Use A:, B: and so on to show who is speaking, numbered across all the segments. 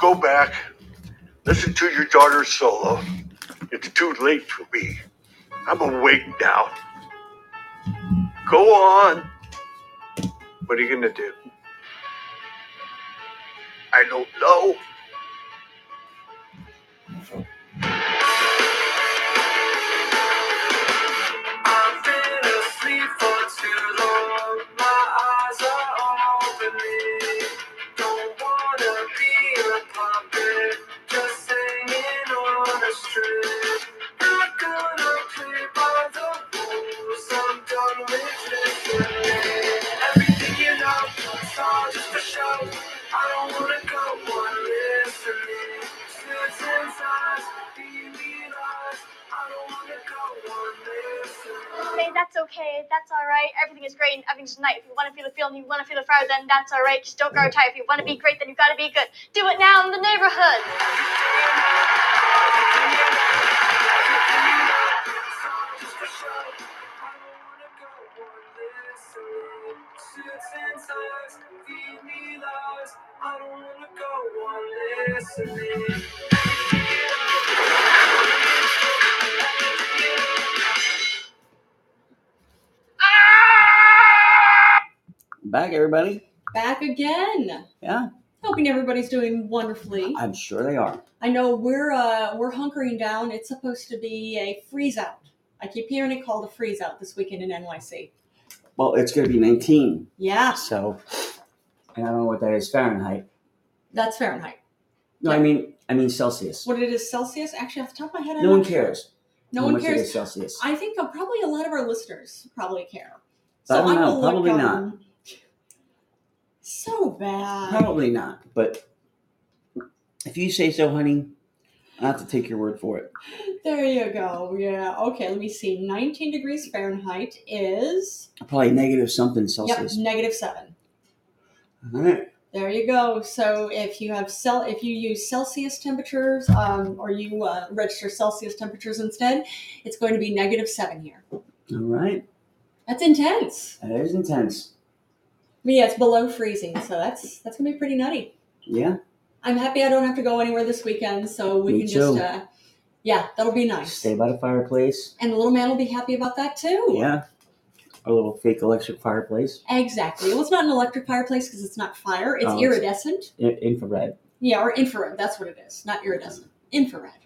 A: go back, listen to your daughter's solo. It's too late for me. I'm awake now. Go on. What are you gonna do? I don't know. I've been asleep for too long. My eyes are opening. Don't wanna be a puppet, just singing on a string. Not gonna play by the rules. I'm done with listening. Everything you know, it's all just a show. I don't wanna go on listening. Snakes and size, demon eyes. I don't wanna go on listening. Hey, that's okay. That's all right. Everything is great and everything's nice. If you wanna feel the feel and you wanna feel the fire, then that's all right. Just don't grow tired. If you wanna be great, then you gotta be good. Do it now in the neighborhood. I don't wanna go on listening. Back, everybody. Back again. Yeah. Hoping everybody's doing wonderfully. I'm sure they are. I know we're uh, we're hunkering down. It's supposed to be a freeze out. I keep hearing it called a freeze out this weekend in NYC. Well, it's going to be 19. Yeah. So and I don't know what that is Fahrenheit. That's Fahrenheit. No, I mean I mean Celsius. What it is Celsius? Actually, off the top of my head, I'm no one not sure. cares. No how one much it cares. is Celsius. I think uh, probably a lot of our listeners probably care. So I don't know. Probably not. So bad. Probably not. But if you say so, honey, I have to take your word for it. There you go. Yeah. Okay. Let me see. 19 degrees Fahrenheit is probably negative something Celsius. Yep, negative seven. All right. There you go. So if you have cell, if you use Celsius temperatures, um, or you uh, register Celsius temperatures instead, it's going to be negative seven here. All right. That's intense. That is intense. But yeah, it's below freezing, so that's that's gonna be pretty nutty. Yeah. I'm happy I don't have to go anywhere this weekend, so we Me can just too. uh, yeah, that'll be nice. Stay by the fireplace. And the little man will be happy about that too. Yeah, our little fake electric fireplace. Exactly. Well, it's not an electric fireplace because it's not fire. It's Oh, it's- iridescent. I- infrared. Yeah, or infrared. That's what it is. Not iridescent. Infrared.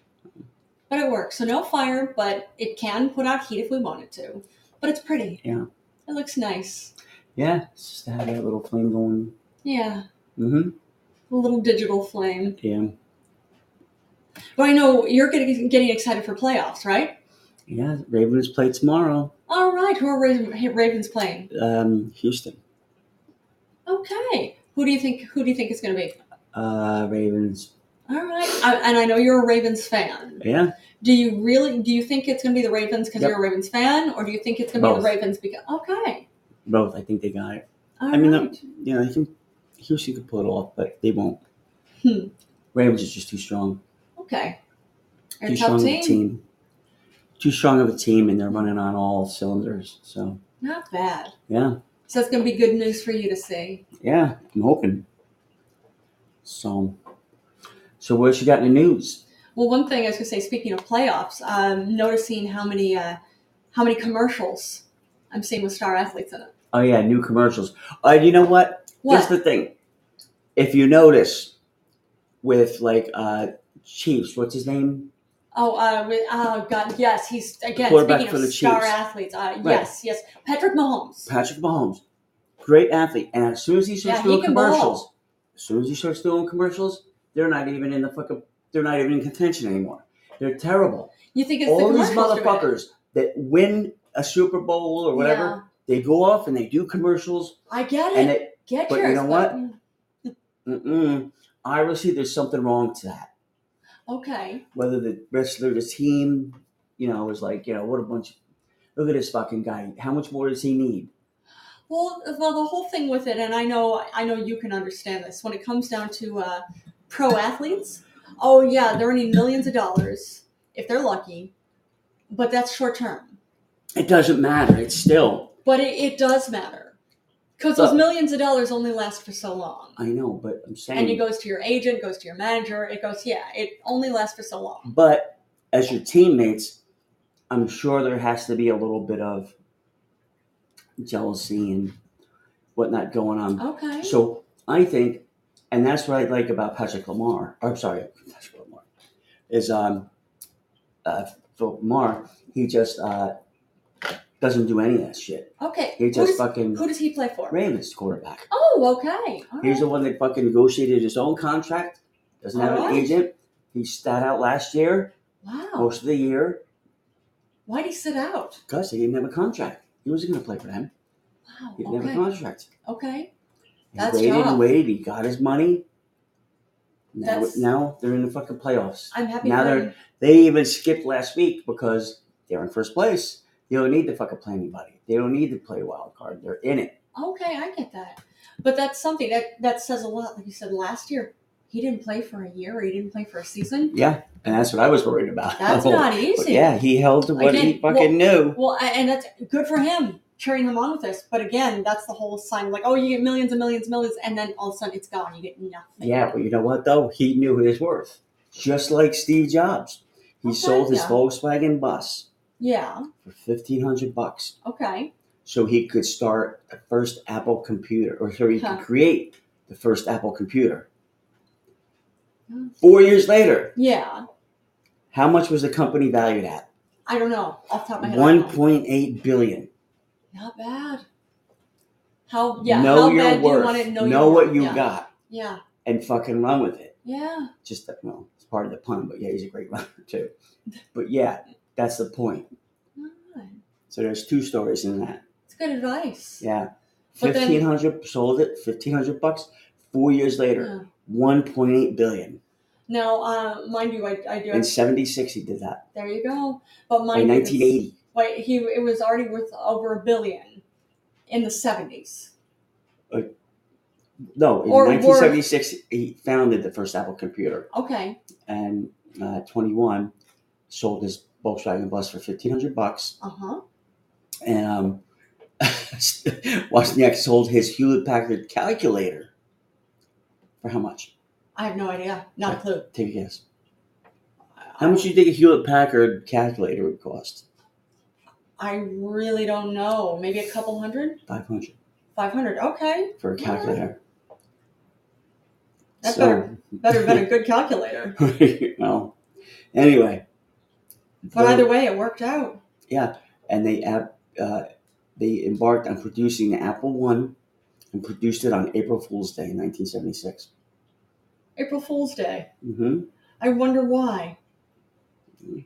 A: But it works. So no fire, but it can put out heat if we want it to. But it's pretty. Yeah. It looks nice. Yeah, it's just to have that little flame going. Yeah. Mm-hmm. A little digital flame. Yeah. But I know you're getting getting excited for playoffs, right? Yeah, Ravens play tomorrow. All right, who are Raven, Ravens playing? Um, Houston. Okay, who do you think? Who do you think is going to be? Uh, Ravens. All right, I, and I know you're a Ravens fan. Yeah. Do you really? Do you think it's going to be the Ravens because you're a Ravens fan, or do you think it's going to be the Both. Ravens because? Okay. Both. I think they got it. I mean, the- Alright. you know, I think Houston could pull it off, but they won't. Hmm. Ravens is just too strong. Okay. They're a Too tough strong of a team too strong of a team and they're running on all cylinders. So not bad. Yeah. So it's gonna be good news for you to see. Yeah, I'm hoping. So so what else you got in the news? Well, one thing I was gonna say, speaking of playoffs, um, noticing how many uh, how many commercials I'm seeing with star athletes in it. Oh yeah, new commercials. Uh, you know what? what? Here's the thing. If you notice with like uh Chiefs, what's his name? Oh, uh, with, oh God, yes, he's again quarterback speaking of for the star Chiefs. athletes. Uh, Right. Yes, yes, Patrick Mahomes. Patrick Mahomes, great athlete, and as soon as he starts Yeah, he doing can commercials, ball. as soon as he starts doing commercials, they're not even in the fucking, they're not even in contention anymore. They're terrible. You think it's all the these commercials doing it? motherfuckers that win a Super Bowl or whatever? Yeah. They go off and they do commercials. I get it. And it get but you yours, know what? but- Mm-mm. Obviously, there's something wrong to that. Okay. Whether the wrestler, the team, you know, was like, you know, what a bunch. Look at this fucking guy. How much more does he need? Well, well, the whole thing with it, and I know, I know you can understand this. When it comes down to uh, pro athletes, oh yeah, they're earning millions of dollars if they're lucky, but that's short term. It doesn't matter. It's still. But it, it does matter.
B: Because
A: those millions of dollars only last for so long.
B: I know, but I'm saying.
A: And it goes to your agent, goes to your manager. It goes, yeah, it only lasts for so long.
B: But as your teammates, I'm sure there has to be a little bit of jealousy and whatnot going on.
A: Okay.
B: So I think, and that's what I like about Patrick Lamar. Or, I'm sorry, Patrick Lamar is um, uh, Philip Lamar. He just uh, doesn't do any of that shit.
A: Okay.
B: He
A: who,
B: just
A: does,
B: fucking
A: who does he play for?
B: Ravens quarterback.
A: Oh, okay. All
B: He's
A: right.
B: the one that fucking negotiated his own contract. Doesn't have an
A: Alright.
B: agent. He sat out last year,
A: wow.
B: most of the year,
A: Why'd he sit out?
B: because he didn't have a contract. He wasn't going to play for them.
A: Wow.
B: He didn't have a
A: Okay.
B: contract.
A: Okay.
B: He
A: That's
B: waited
A: tough.
B: and waited. He got his money. Now,
A: That's-
B: now they're in the fucking playoffs.
A: I'm happy
B: Now
A: for
B: they're-
A: him.
B: They even skipped last week because they're in first place. They don't need to fucking play anybody. They don't need to play wild card. They're in it.
A: Okay, I get that. But that's something that that says a lot. Like you said, last year he didn't play for a year or he didn't play for a season.
B: Yeah, and that's what I was worried about.
A: That's not
B: But
A: easy.
B: Oh, yeah, he held to what he
A: Again, well-
B: fucking knew.
A: Well, a- and that's good for him cheering him on with this. But again, that's the whole sign. Like, oh, you get millions and millions and millions, and then all of a sudden it's gone. You get nothing.
B: Yeah, but you know what though? He knew his worth, just like Steve Jobs. He
A: Okay,
B: sold his
A: yeah.
B: Volkswagen bus
A: Yeah.
B: for fifteen hundred bucks,
A: Okay.
B: so he could start the first Apple computer, or so he could
A: Huh.
B: create the first Apple computer.
A: Hmm.
B: Four years later,
A: Yeah.
B: how much was the company valued at?
A: I don't know. Off the top of my head. I
B: One
A: don't know.
B: point eight billion.
A: Not bad. How? Yeah.
B: know
A: how
B: your
A: bad
B: worth.
A: Do you want to know, your
B: what
A: worth?
B: you
A: yeah.
B: got,
A: Yeah.
B: and fucking run with it.
A: Yeah.
B: Just that, well, it's part of the pun, but yeah, he's a great runner too. But yeah, that's the point.
A: Alright.
B: So there's two stories in that.
A: It's good advice.
B: Yeah.
A: But then-
B: Fifteen hundred sold it, fifteen hundred bucks. Four years later,
A: Yeah.
B: one point eight billion.
A: Now, uh, mind you, I, I do.
B: In seventy six he did that.
A: there you go. But
B: By
A: mind you,
B: nineteen eighty.
A: Wait, he it was already worth over a billion in the seventies.
B: No,
A: Or
B: in nineteen seventy six he founded the first Apple computer
A: Okay.
B: and uh, twenty one sold his Volkswagen bus for fifteen hundred bucks.
A: Uh huh.
B: And um Wozniak sold his Hewlett Packard calculator. For how much?
A: I have no idea. Not a clue.
B: Take a guess. How much do you think a Hewlett Packard calculator would cost?
A: I really don't know. Maybe a couple hundred,
B: Five hundred.
A: five hundred. Okay,
B: for a calculator.
A: That's better than a good calculator.
B: well, anyway.
A: But
B: the-
A: either way, it worked out.
B: and they app- uh, they embarked on producing the Apple One, and produced it on April Fool's Day, in 1976.
A: April Fool's Day.
B: hmm
A: I wonder why.
B: Mm.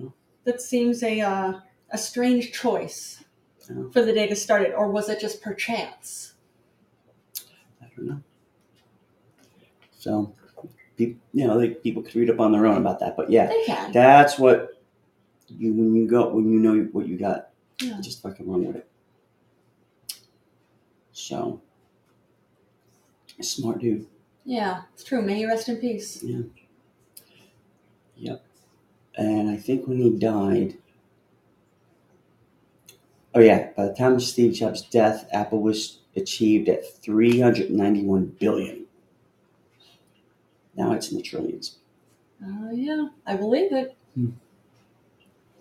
B: Oh.
A: That seems a uh, a strange choice
B: Oh.
A: for the day to start it, or was it just per chance?
B: I don't know. So, pe- you know, like people could read up on their own about that, but yeah,
A: They can.
B: that's what you when you go when you know what you got,
A: Yeah.
B: just fucking run with it. So, smart dude.
A: Yeah, it's true. May he rest in peace.
B: and I think when he died, oh yeah, by the time of Steve Jobs' death, Apple was achieved at 391 billion. Now it's in the trillions.
A: Oh yeah, I believe it.
B: Hmm.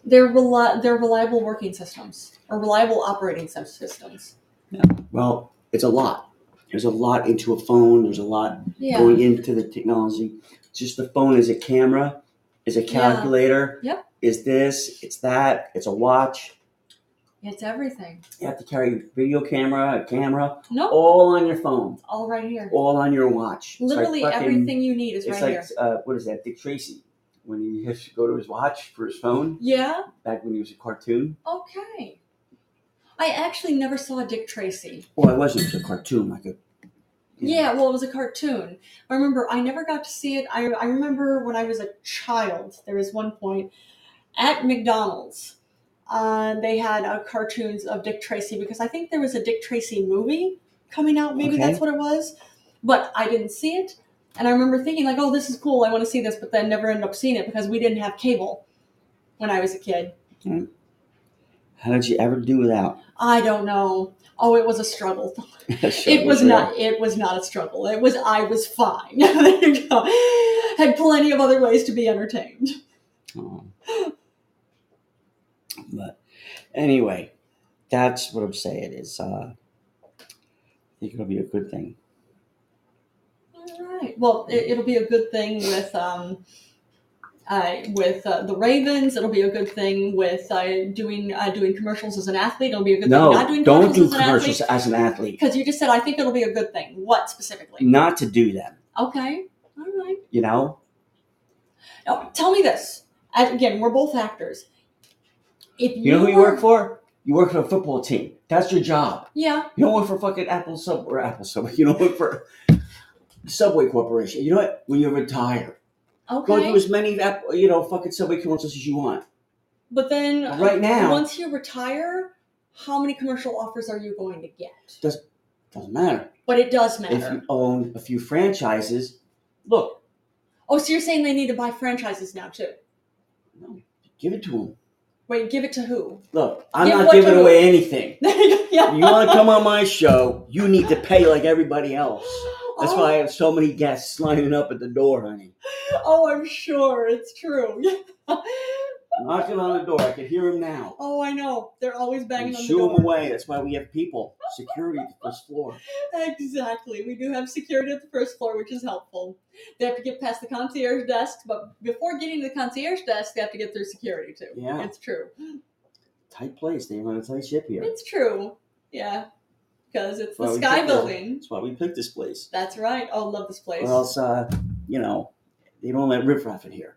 A: They're reli- they're reliable working systems or reliable operating sys- systems.
B: Well, it's a lot. There's a lot into a phone. There's a lot
A: Yeah.
B: going into the technology. Just the phone is a camera, is a calculator.
A: Yep.
B: Is this? It's that. It's a watch.
A: It's everything.
B: You have to carry a video camera, a camera,
A: No,
B: all on your phone,
A: all right here.
B: all on your watch. It's like
A: Literally
B: fucking-
A: everything you need is
B: It's
A: right
B: like
A: here.
B: uh, what is that? Dick Tracy when he has to go to his watch for his phone
A: Yeah.
B: back when he was a cartoon.
A: Okay. I actually never saw Dick Tracy.
B: Well, I wasn't a cartoon like a.
A: Yeah, well, it was a cartoon. I remember I never got to see it. I, I remember when I was a child, there was one point at McDonald's. Uh, they had uh, cartoons of Dick Tracy because I think there was a Dick Tracy movie coming out. Maybe
B: Okay.
A: that's what it was. But I didn't see it. And I remember thinking, like, oh, this is cool. I want to see this. But then never ended up seeing it because we didn't have cable when I was a kid.
B: Hmm. How did you ever do without?
A: I don't know. Oh, it was a struggle. it was not. It was not a struggle. It was. I was fine. there you go. Had plenty of other ways to be entertained.
B: Oh. But anyway, that's what I'm saying. Is uh, I think it'll be a good thing.
A: All right. Well, it, will be a good thing with um, uh, with uh, the Ravens. It'll be a good thing with uh, doing uh, doing commercials as an athlete. It'll be a good
B: No,
A: thing not doing
B: don't do
A: commercials
B: commercials
A: as
B: as an
A: an athlete.
B: athlete.
A: Because you just said I think it'll be a good thing. What specifically?
B: Not to do them.
A: Okay. All right.
B: You know,
A: Now, tell me this. And again, we're both actors. If
B: you know who you work for? You work for a football team. That's your job.
A: Yeah.
B: You don't work for fucking Apple Sub or Apple Subway. You don't work for Subway Corporation. You know what? When you retire,
A: Okay.
B: go do as many Apple, you know, fucking Subway commercials as you want.
A: but then uh,
B: Right now-
A: once you retire, how many commercial offers are you going to get?
B: Doesn't matter
A: But it does
B: if
A: matter.
B: you own a few franchises. Look,
A: oh, so you're saying they need to buy franchises now too?
B: give it to them.
A: Wait, give it to who?
B: Look, I'm
A: Give
B: not
A: what
B: giving
A: to
B: away anything.
A: yeah.
B: You want to come on my show? You need to pay like everybody else. That's
A: oh,
B: why I have so many guests lining up at the door, honey.
A: Oh, I'm sure it's true.
B: Knocking on the door. I can hear them now.
A: oh, I know. They're always banging
B: We
A: on the
B: shoo
A: door.
B: them away. That's why we have people, security at the first floor.
A: Exactly. We do have security at the first floor, which is helpful. They have to get past the concierge desk, but before getting to the concierge desk, they have to get through security too.
B: Yeah.
A: It's true.
B: Tight place. They run a tight ship here.
A: It's true. Yeah. Because it's the
B: Well, we
A: sky
B: picked that.
A: building.
B: That's why we picked this place.
A: That's right. Oh, love this place.
B: Or else, uh, you know, they don't let riffraff in here.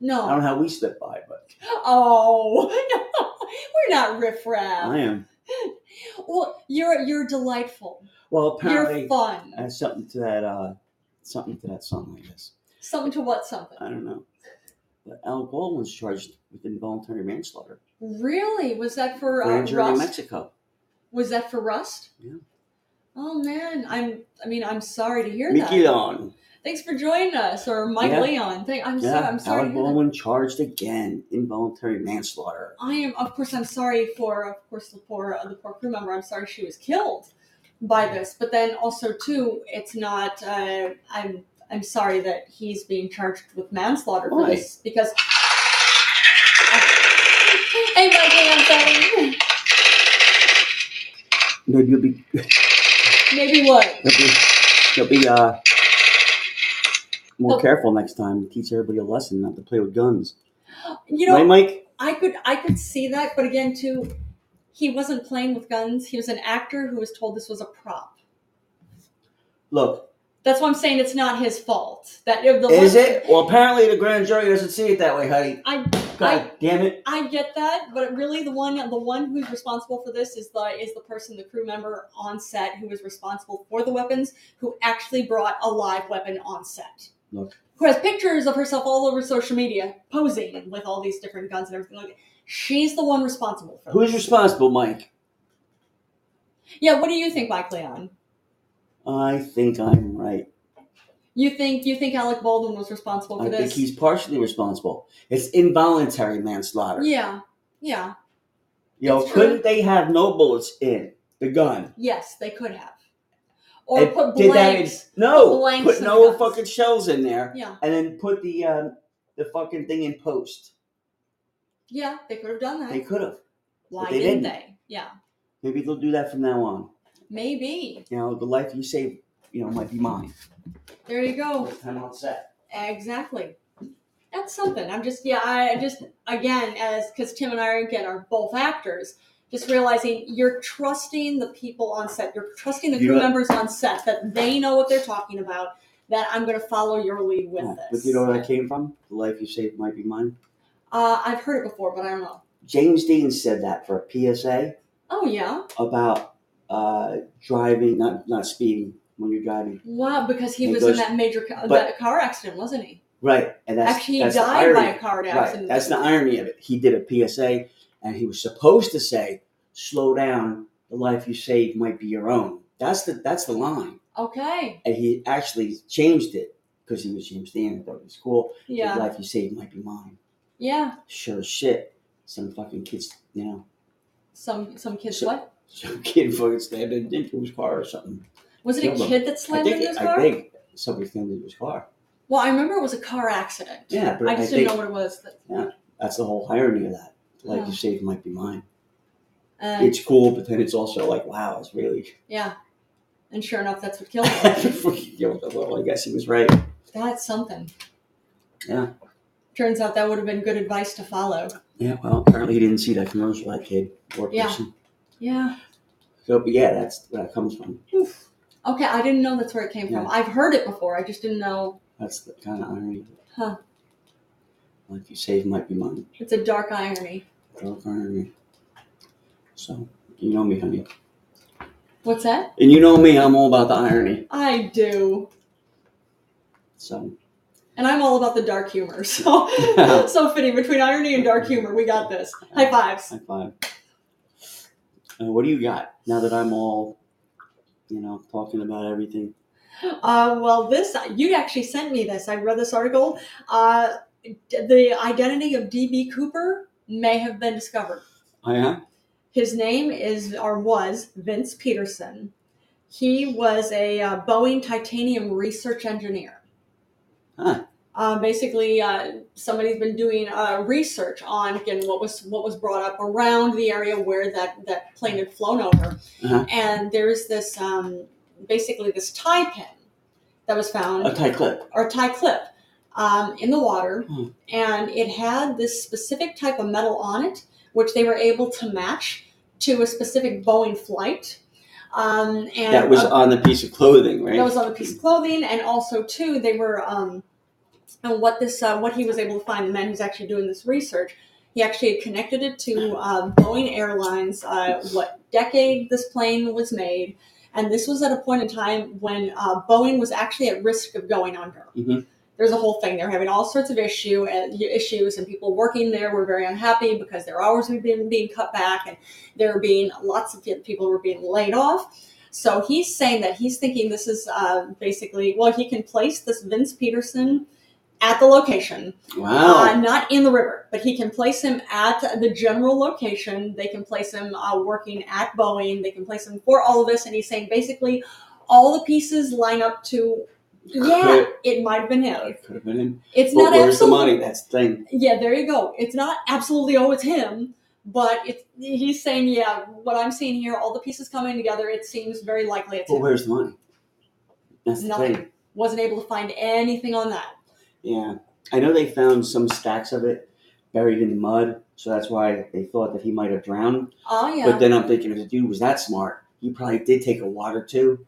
B: I don't
A: no.
B: know how we slip by, but
A: Oh, no. We're not riffraff.
B: I am.
A: Well, you're you're delightful.
B: Well,
A: You're
B: apparently,
A: fun.
B: I have something to that, uh, something to that song like this.
A: Something to what something.
B: I don't know. But Al Baldwin's charged with involuntary manslaughter.
A: Really? Was that for uh,
B: Grand jury in
A: Rust?
B: Mexico.
A: Was that for Rust?
B: Yeah.
A: Oh man, I'm. I mean, I'm sorry to hear
B: Mickey
A: that.
B: Long.
A: Thanks for joining us, or Mike
B: Yeah.
A: Leon. Thank. I'm so.
B: Yeah,
A: I'm sorry.
B: Alec
A: to hear that.
B: Baldwin charged again, involuntary manslaughter.
A: I am. Of course, I'm sorry for. Of course, the poor uh, the poor crew member. I'm sorry she was killed by this. But then also too, it's not. Uh, I'm. I'm sorry that he's being charged with manslaughter for
B: Why?
A: this because. Hey, Mike Leon. sorry.
B: Maybe you'll be, you'll
A: Maybe what?
B: be, you'll be uh, more
A: Oh.
B: careful next time. Teach everybody a lesson not to play with guns.
A: You know.
B: right, Mike?
A: I could I could see that, but again, too, he wasn't playing with guns. He was an actor who was told this was a prop.
B: Look,
A: That's why I'm saying it's not his fault. That if the
B: is it? Well, apparently the grand jury doesn't see it that way, honey.
A: I
B: God damn it.
A: I get that, but really the one the one who's responsible for this is the is the person, the crew member on set who was responsible for the weapons, who actually brought a live weapon on set.
B: Look.
A: Who has pictures of herself all over social media posing with all these different guns and everything like that. She's the one responsible for
B: Who's
A: this.
B: responsible, Mike?
A: Yeah, what do you think, Mike Leon?
B: I think I'm right.
A: You think you think Alec Baldwin was responsible for
B: I
A: this?
B: think he's partially responsible. It's involuntary manslaughter.
A: yeah, yeah,
B: you know,
A: it's true.
B: couldn't they have no bullets in the gun?
A: yes, they could have, or
B: And
A: put
B: did that in-
A: blanks.
B: no,
A: blanks
B: put
A: in
B: no
A: the guns.
B: fucking shells in there,
A: yeah,
B: and then put the um, the fucking thing in post.
A: yeah, they could have done that.
B: They could have.
A: Why
B: but they
A: didn't
B: didn't.
A: they? Yeah,
B: Maybe they'll do that from now on.
A: maybe.
B: You know, the life you save, you know, might be mine.
A: There you go.
B: Next time on set.
A: Exactly. That's something. I'm just yeah. I I just again as because Tim and I again are both actors. Just realizing you're trusting the people on set. You're trusting the
B: You
A: crew
B: know-
A: members on set that they know what they're talking about. That I'm going to follow your lead with
B: Yeah,
A: this.
B: But you know where that came from? The life you save might be mine.
A: Uh, I've heard it before, but I don't know.
B: James Dean said that for a PSA
A: Oh yeah,
B: about uh, driving, not not speeding when you're driving.
A: wow! Because he
B: He
A: was in
B: goes-
A: that major ca-
B: but-
A: that car accident, wasn't he?
B: Right, and that's
A: Actually, he
B: that's the
A: died by
B: irony.
A: a car
B: Right.
A: accident.
B: That's the irony of it. He did a PSA and he was supposed to say, slow down, the life you save might be your own. That's the that's the line.
A: okay.
B: And he actually changed it because he was James Dean and thought it was cool. The
A: Yeah,
B: life you save might be mine.
A: yeah.
B: Sure as shit. Some fucking kids, you know.
A: Some some kids
B: So-
A: what?
B: Some kid fucking stabbed a dick through his car or something.
A: Was it a
B: Killed him.
A: kid that
B: I
A: slammed
B: think,
A: into his
B: it-
A: car?
B: I think somebody slammed into his car.
A: Well, I remember it was a car accident.
B: Yeah, but
A: I
B: I,
A: just
B: think
A: didn't know what it was. That,
B: that's the whole irony of that. Like,
A: Yeah.
B: you say, it might be mine.
A: and
B: It's cool, but then it's also like, wow, it's really.
A: yeah, and sure enough, that's what killed him.
B: Fucking killed him. well, I guess he was right.
A: that's something.
B: Yeah.
A: Turns out that would have been good advice to follow.
B: Yeah, well, apparently he didn't see that commercial, that kid or
A: Yeah.
B: person.
A: Yeah.
B: So, but yeah, that's where that comes from.
A: Okay, I didn't know that's where it came from.
B: Yeah.
A: I've heard it before. I just didn't know.
B: That's the kind of irony.
A: Huh.
B: Like you say, it might be mine.
A: It's a dark irony.
B: Dark irony. So, you know me, honey.
A: What's that?
B: And you know me, I'm all about the irony.
A: I do,
B: So,
A: and I'm all about the dark humor. So, so fitting between irony and dark humor, we got this. High fives.
B: high five. Uh, what do you got now that I'm all, you know, talking about everything?
A: Uh, well, this you actually sent me this. I read this article. Uh, the identity of DB Cooper may have been discovered.
B: I am?
A: His name is or was Vince Peterson. He was a uh, Boeing titanium research engineer.
B: Huh.
A: Uh, basically, uh, somebody's been doing uh, research on again what was what was brought up around the area where that that plane had flown over,
B: Uh-huh.
A: and there's this um, basically this tie pin that was found
B: A tight clip.
A: or tie clip um, in the water,
B: Hmm.
A: and it had this specific type of metal on it, which they were able to match to a specific Boeing flight. Um, and
B: That was
A: uh,
B: on the piece of clothing, right?
A: that was on the piece of clothing, and also too they were um, and what this uh, what he was able to find the man who's actually doing this research. He actually had connected it to uh, Boeing Airlines. Uh, what decade this plane was made, and this was at a point in time when uh, Boeing was actually at risk of going under
B: Mhm.
A: there's a whole thing. They're having all sorts of issue and issues, and people working there were very unhappy because their hours were being, being cut back, and there were being lots of people were being laid off. So he's saying that he's thinking this is uh, basically well, he can place this Vince Peterson at the location, uh,
B: Wow.
A: not in the river, but he can place him at the general location. They can place him uh, working at Boeing. They can place him for all of this, and he's saying basically all the pieces line up to. Yeah,
B: Could-
A: it might have been him.
B: Could have been him.
A: It's
B: But
A: not
B: where's the
A: absolutely.
B: money? That's the thing.
A: Yeah, there you go. It's not absolutely oh, it's him, but it's he's saying yeah. What I'm seeing here, all the pieces coming together, it seems very likely it's
B: But
A: him.
B: where's the money? That's the
A: Nothing.
B: thing.
A: Wasn't able to find anything on that.
B: Yeah. I know they found some stacks of it buried in the mud, so that's why they thought that he might have drowned.
A: Oh yeah,
B: But then I'm thinking if the dude was that smart, he probably did take a wad or two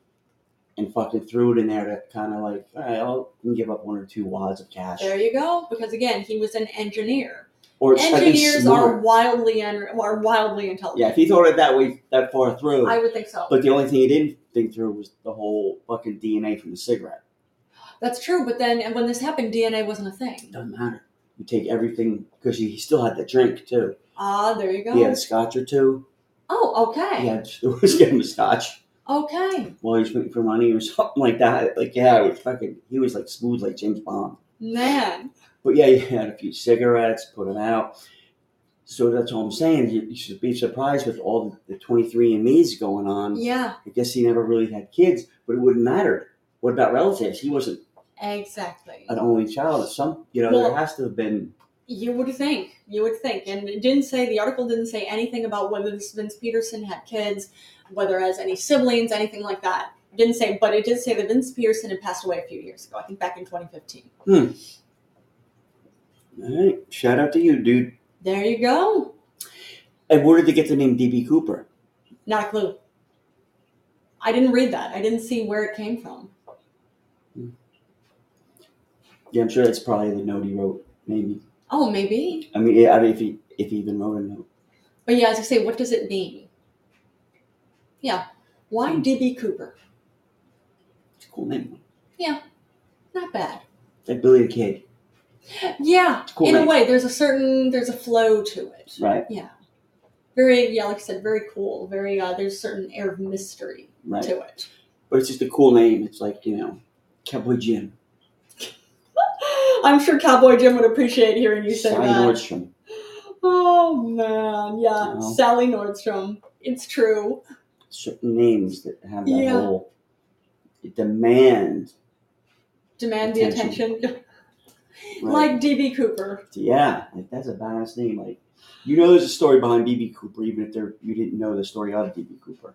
B: and fucking threw it in there to kind of like, all right, I'll I can give up one or two wads of cash.
A: there you go. Because again, he was an engineer.
B: Or at least
A: Engineers are
B: smart.
A: wildly en- are wildly intelligent.
B: Yeah, if he thought it that way, that far through.
A: I would think so.
B: but the only thing he didn't think through was the whole fucking DNA from the cigarette.
A: That's true. But then and when this happened, DNA wasn't a thing.
B: doesn't matter. You take everything because he he still had the drink too.
A: Ah, there you go.
B: He had a scotch or two.
A: Oh, okay,
B: He had was getting a scotch.
A: okay.
B: while he's waiting for money or something like that. Like, yeah, it was fucking, he was like smooth like James Bond.
A: Man,
B: But yeah, he had a few cigarettes, put him out. So that's all I'm saying. You, you should be surprised with all the 23 and me's going on.
A: yeah,
B: I guess he never really had kids, but it wouldn't matter. What about relatives? He wasn't
A: exactly.
B: an only child. Some, you know,
A: Well-
B: there has to have been.
A: You would think. You would think. And it didn't say, the article didn't say anything about whether this Vince Peterson had kids, whether has any siblings, anything like that. Didn't say, but it did say that Vince Peterson had passed away a few years ago, I think back in 2015.
B: All right, shout out to you, dude.
A: There you go.
B: And where did they get the name DB Cooper?
A: Not a clue. I didn't read that. I didn't see where it came from.
B: Yeah, I'm sure that's probably the note he wrote, maybe.
A: Oh, maybe.
B: I mean, yeah, I mean if, he, if he even wrote a note.
A: But yeah, as I say, what does it mean? Yeah. Why DB Cooper?
B: It's a cool name.
A: Not bad.
B: Like Billy the Kid,
A: Yeah.
B: Cool
A: in a
B: name.
A: way, there's a certain there's a flow to it.
B: right?
A: very yeah like i said very cool very uh there's a certain air of mystery
B: Right.
A: to it
B: But it's just a cool name. It's like, you know, Cowboy Jim,
A: i'm sure cowboy jim would appreciate hearing you say
B: Cy
A: that
B: Nordstrom.
A: Oh man, yeah,
B: No.
A: Sally Nordstrom. It's true.
B: Certain names that have that
A: Yeah.
B: whole demand.
A: Demand the
B: Attention.
A: attention, like DB Cooper.
B: yeah, like that's a badass name. Like you know, there's a story behind BB Cooper, even if there you didn't know the story of BB Cooper.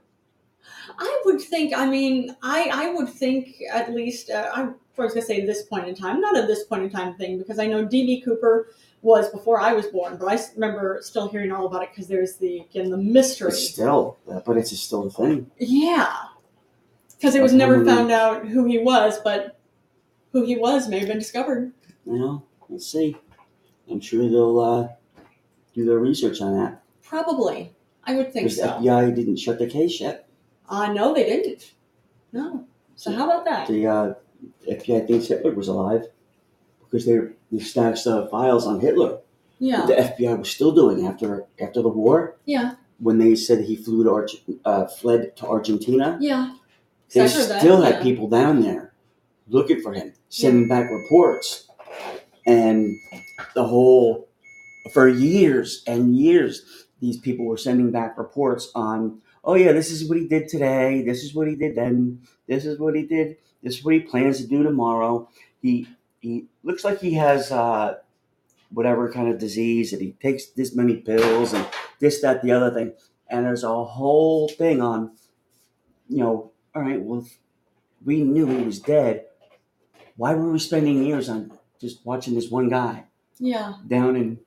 A: I would think. I mean, I I would think at least. Uh, I was gonna say this point in time, not a this point in time thing, because I know DB Cooper was before I was born, but I s- remember still hearing all about it because there's the again the mystery.
B: It's still, uh, but it's just still a thing.
A: Yeah, because it was
B: Like,
A: never
B: how many-
A: found out who he was, but who he was may have been discovered.
B: You know, let's see. I'm sure they'll uh, do their research on that
A: Probably, I would think
B: because
A: so.
B: FBI didn't shut the case yet.
A: Uh, no, they didn't. No. So how about that?
B: The uh, FBI thinks Hitler was alive because they they stashed uh, files on Hitler.
A: Yeah.
B: that The FBI was still doing after after the war
A: Yeah.
B: when they said he flew to Arge- uh, fled to Argentina.
A: Yeah.
B: They
A: Except for that,
B: still
A: yeah.
B: had people down there looking for him, sending back reports, and the whole for years and years, these people were sending back reports on, oh yeah, this is what he did today, this is what he did then, this is what he did, this is what he plans to do tomorrow. He he looks like he has uh, whatever kind of disease, and he takes this many pills and this, that, the other thing. And there's a whole thing on you know, all right, well, if we knew he was dead, why were we spending years on just watching this one guy
A: Yeah.
B: down in,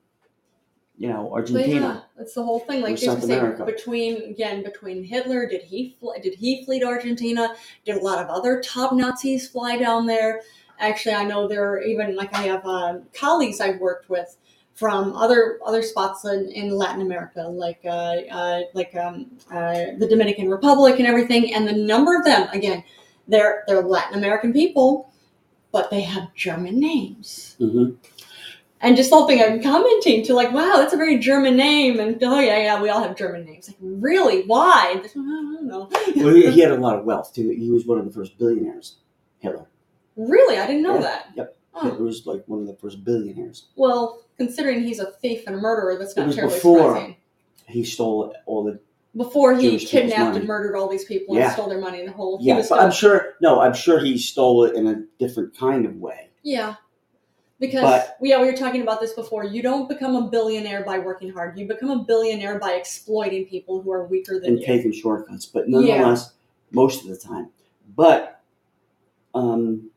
B: you know,
A: But uh, yeah,
B: Argentina?
A: that's the whole thing.
B: Or
A: Like
B: South
A: just saying,
B: America.
A: between again between Hitler, did he fly, did he flee to Argentina? Did a lot of other top Nazis fly down there? Actually, I know there are even like I have um, colleagues I've worked with from other other spots in, in Latin America, like uh, uh, like um, uh, the Dominican Republic and everything. And the number of them, again, they're they're Latin American people, but they have German names
B: Mm-hmm.
A: and just something I'm commenting to, like, wow, that's a very German name. And oh yeah, yeah, we all have German names. Like, really? Why? And this, "Well, I don't know.
B: Well, he, he had a lot of wealth too. He was one of the first billionaires. Hitler.
A: really, I didn't know
B: Yeah,
A: that.
B: yep.
A: Oh,
B: Hitler was like one of the first billionaires.
A: well, considering he's a thief and a murderer, that's
B: It
A: not
B: was
A: terribly
B: before.
A: surprising.
B: He stole all the.
A: Before he
B: Jewish people's
A: kidnapped
B: money.
A: and murdered all these people
B: Yeah.
A: and stole their money, and the whole he
B: Yeah,
A: was
B: but I'm
A: still,
B: sure. No, I'm sure he stole it in a different kind of way.
A: yeah. Because
B: But-
A: yeah, we were talking about this before. You don't become a billionaire by working hard. You become a billionaire by exploiting people who are weaker than
B: and
A: you.
B: taking shortcuts, but
A: Yeah.
B: nonetheless, most of the time. But, um,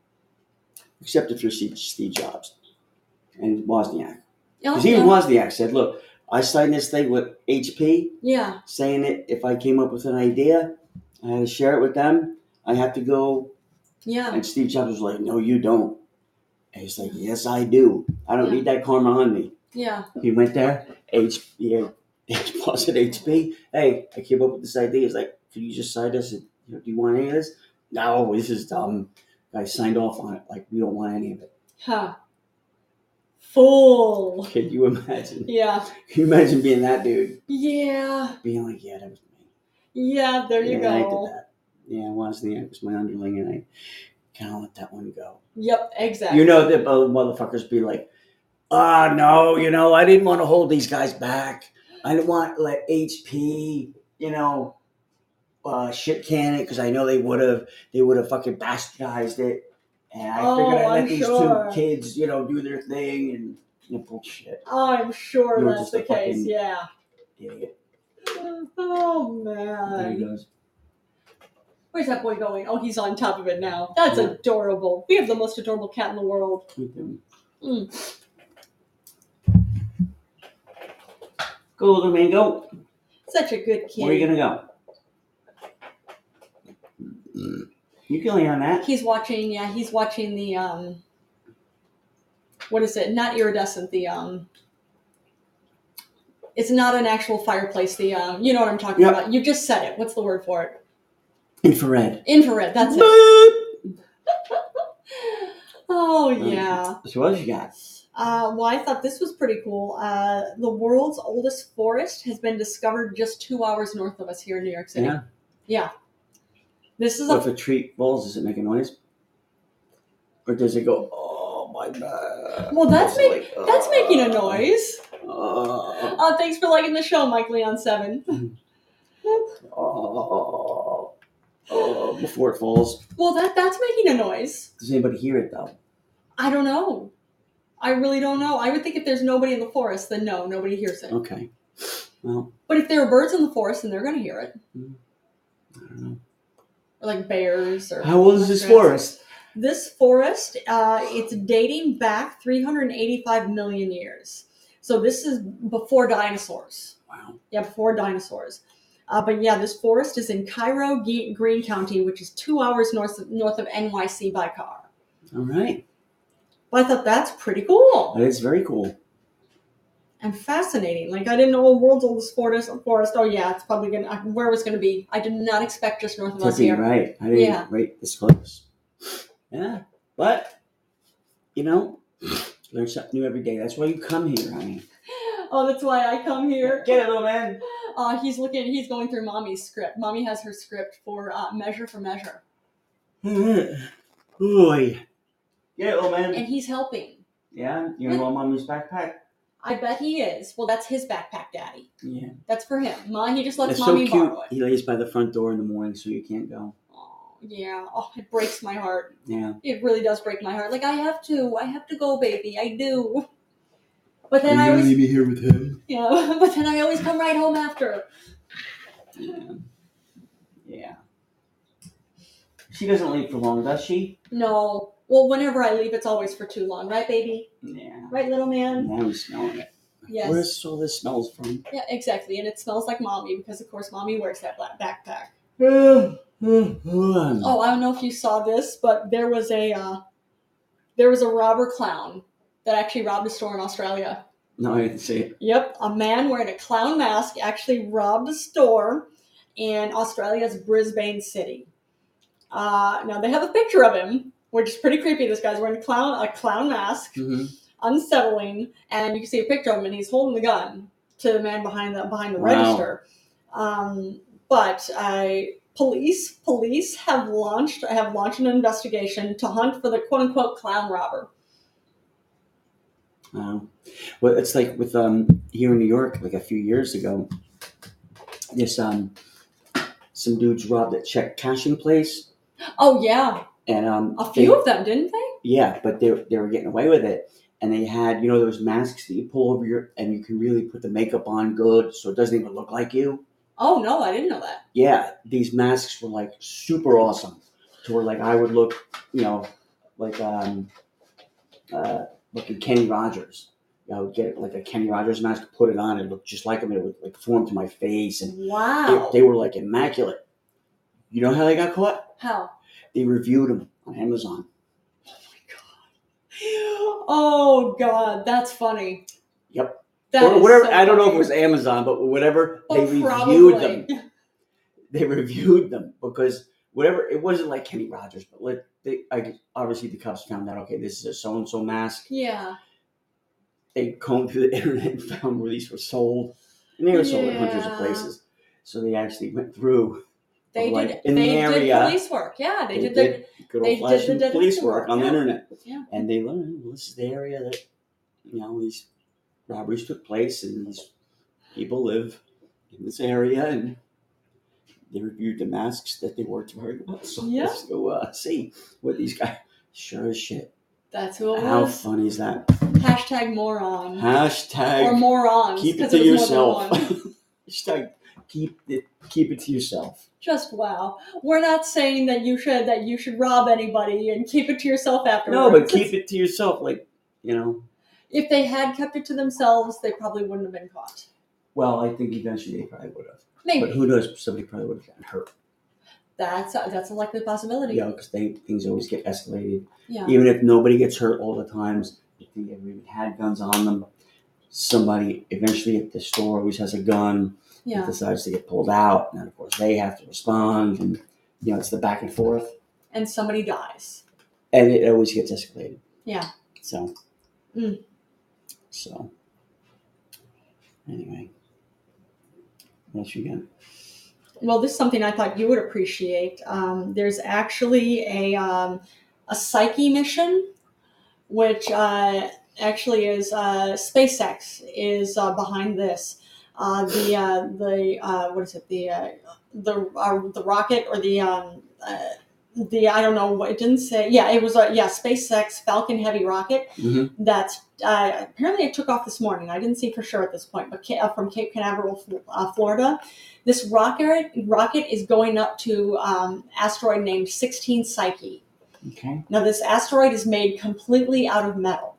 B: except if you're Steve, Steve Jobs and Wozniak,
A: Yeah,
B: because even
A: Oh, yeah.
B: Wozniak said, "Look, I signed this thing with HP,
A: yeah,
B: saying that if I came up with an idea, I had to share it with them. I have to go."
A: yeah.
B: And Steve Jobs was like, "No, you don't." And he's like, "Yes, I do. I don't
A: Yeah.
B: need that karma on me."
A: yeah.
B: He went there, H, yeah, H plus at HP. Hey, I came up with this idea. He's like, could you just sign this? And, you know, do you want any of this? No, this is dumb. I signed off on it. Like, we don't want any of it.
A: Huh. Fool.
B: Can you imagine?
A: Yeah.
B: Can you imagine being that dude?
A: Yeah.
B: Being like, yeah, that was me.
A: Yeah, there you
B: yeah, I
A: go.
B: did that. Yeah, Wozniak was my underling, and I kind of let that one go.
A: Yep, exactly.
B: You know that both motherfuckers be like, ah, no, you know, I didn't want to hold these guys back. I didn't want to let HP, you know, uh, shit can it because I know they would have, they would have fucking bastardized it. And I figured
A: Oh,
B: I'd let
A: I'm
B: these
A: sure.
B: two kids, you know, do their thing and you know, bullshit,
A: I'm sure
B: You were
A: that's
B: just
A: the
B: a fucking-
A: case, yeah.
B: idiot.
A: Oh
B: There he
A: man.
B: goes.
A: Where's that boy going? Oh, he's on top of it now. That's
B: Yeah.
A: adorable. We have the most adorable cat in the world.
B: Look at him.
A: Mm.
B: Go, little man, go.
A: Such a good kid.
B: Where are you gonna go? You can lay on that.
A: He's watching, yeah, he's watching the um what is it? Not iridescent, the um it's not an actual fireplace, the um you know what I'm talking
B: Yep.
A: about. You just said it. What's the word for it?
B: Infrared.
A: Infrared, that's it.
B: Boop.
A: Oh
B: Um,
A: yeah.
B: So what else you got?
A: Uh, well, I thought this was pretty cool. Uh, the world's oldest forest has been discovered just two hours north of us here in New York City.
B: Yeah.
A: This is
B: What
A: a
B: if a tree falls? Does it make a noise? Or does it go, oh my god?
A: well.
B: It's
A: That's make,
B: like,
A: that's making a
B: "Ah."
A: noise.
B: Oh.
A: Uh, thanks for liking the show, Mike Leon Seven.
B: Oh. Oh. Before it falls.
A: Well, that that's making a noise.
B: Does anybody hear it though?
A: I don't know. I really don't know. I would think if there's nobody in the forest, then no, nobody hears it.
B: Okay. Well,
A: But if there are birds in the forest, then they're going to hear it,
B: I don't know.
A: or like bears. Or
B: How old is this forest?
A: This forest, uh, it's dating back 385 million years. So this is before dinosaurs.
B: Wow.
A: Yeah, before dinosaurs. Uh, but yeah, this forest is in Cairo, Ge- Greene County, which is two hours north of, north of NYC by car.
B: All right.
A: But I thought that's pretty cool
B: That is very cool.
A: and fascinating. Like I didn't know the world's oldest forest. Forest. Oh yeah, it's probably gonna uh, where it was gonna be. I did not expect just north of us
B: That's it,
A: here.
B: right. I didn't
A: Yeah.
B: rate this close. Yeah. But, you know, learn something new every day. That's why you come here, honey.
A: Oh, that's why I come here.
B: Get it, little man.
A: Uh, he's looking. He's going through mommy's script. Mommy has her script for uh, measure for measure,
B: Boy. Get it, little man.
A: and he's helping.
B: Yeah, you're in little mommy's backpack.
A: I bet he is. Well, that's his backpack, Daddy.
B: Yeah.
A: That's for him. Ma, he just lets
B: That's so
A: mommy
B: cute.
A: borrow it.
B: He lays by the front door in the morning so you can't go.
A: Oh, yeah. Oh, it breaks my heart.
B: Yeah.
A: It really does break my heart. Like I have to. I have to go, baby. I do. But then I always
B: be here with him?
A: Yeah, but then I always come right home after.
B: Yeah. yeah. She doesn't leave for long, does she?
A: No. Well, whenever I leave, it's always for too long, right, baby?
B: Yeah.
A: Right, little man?
B: Now I'm smelling it.
A: Yes.
B: Where's all this smells from?
A: yeah, exactly. And it smells like mommy because, of course, mommy wears that black backpack.
B: oh.
A: Oh, I don't know if you saw this, but there was a uh, there was a robber clown that actually robbed a store in Australia.
B: No, I didn't see it.
A: Yep, a man wearing a clown mask actually robbed a store in Australia's Brisbane city. Uh, now they have a picture of him, which is pretty creepy. This guy's wearing a clown a clown mask.
B: Mhm.
A: unsettling, and you can see a picture of him, and he's holding the gun to the man behind the behind the
B: Wow.
A: register. Um, but I police police have launched have launched an investigation to hunt for the quote unquote clown robber.
B: Wow. Um, Well, it's like with um here in New York, like a few years ago, this um some dudes robbed a check cashing place,
A: Oh yeah,
B: and um
A: a
B: they-
A: few of them didn't they?
B: Yeah, but they, they were getting away with it. And they had, you know, those masks that you pull over your, and you can really put the makeup on good so it doesn't even look like you.
A: Oh no, I didn't know that.
B: Yeah, these masks were like super awesome. To where like I would look, you know, like um, uh, like a Kenny Rogers. You know, I would get like a Kenny Rogers mask, put it on, and look just like him. It would like form to my face, and
A: Wow.
B: they, they were like immaculate. You know how they got caught?
A: How?
B: They reviewed them on Amazon.
A: Oh god, that's funny.
B: Yep.
A: That
B: or
A: is
B: whatever.
A: so
B: I don't know if
A: funny.
B: it was Amazon, but whatever.
A: Oh,
B: they
A: probably.
B: reviewed them. They reviewed them because whatever. It wasn't like Kenny Rogers, but like they, I, obviously the cops found out. Okay, this is a so and so mask.
A: Yeah.
B: They combed through the internet and found where these were sold, and they were sold in hundreds of
A: Yeah.
B: places. So they actually went through
A: They
B: Like,
A: did.
B: in the
A: they
B: area,
A: did police work. Yeah, they,
B: they
A: did. their-
B: did good
A: they
B: old
A: did the
B: fashioned police
A: detective
B: work
A: work,
B: on the
A: yeah.
B: internet,
A: Yeah.
B: and they learned well, this is the area that you know these robberies took place, and these people live in this area, and they reviewed the masks that they worked very well. So
A: Yeah.
B: let's go uh, see what these guys. Sure as shit.
A: That's who it
B: How
A: was.
B: funny is that?
A: Hashtag moron. or
B: Hashtag
A: morons.
B: keep it
A: 'cause
B: to
A: was more
B: yourself.
A: than one.
B: Hashtag keep it keep it to yourself.
A: Just wow. We're not saying that you should that you should rob anybody and keep it to yourself
B: No,
A: afterwards.
B: but keep it to yourself. Like you know.
A: if they had kept it to themselves, they probably wouldn't have been caught.
B: Well, I think eventually they probably would have. But
A: Maybe
B: who knows? Somebody probably would have gotten hurt.
A: that's a, that's a likely possibility.
B: Yeah, because they things always get escalated.
A: Yeah.
B: Even if nobody gets hurt all the times, if they ever even had guns on them, somebody eventually at the store always has a gun.
A: Yeah.
B: Decides to get pulled out, and then of course they have to respond, and you know it's the back and forth,
A: And somebody dies.
B: and it always gets escalated.
A: Yeah.
B: So.
A: Mm.
B: So. Anyway. What else you got?
A: Well, this is something I thought you would appreciate. Um, there's actually a um, a psyche mission, which uh, actually is uh, SpaceX is uh, behind this. Uh, the uh, the uh, what is it the uh, the uh, the rocket or the um, uh, the I don't know what it didn't say. Yeah, it was a yeah SpaceX Falcon Heavy rocket
B: Mhm.
A: that's uh, apparently it took off this morning. I didn't see for sure at this point, but Ca- uh, from Cape Canaveral, Fl- uh, Florida, this rocket rocket is going up to um, asteroid named 16 Psyche.
B: Okay.
A: Now this asteroid is made completely out of metal,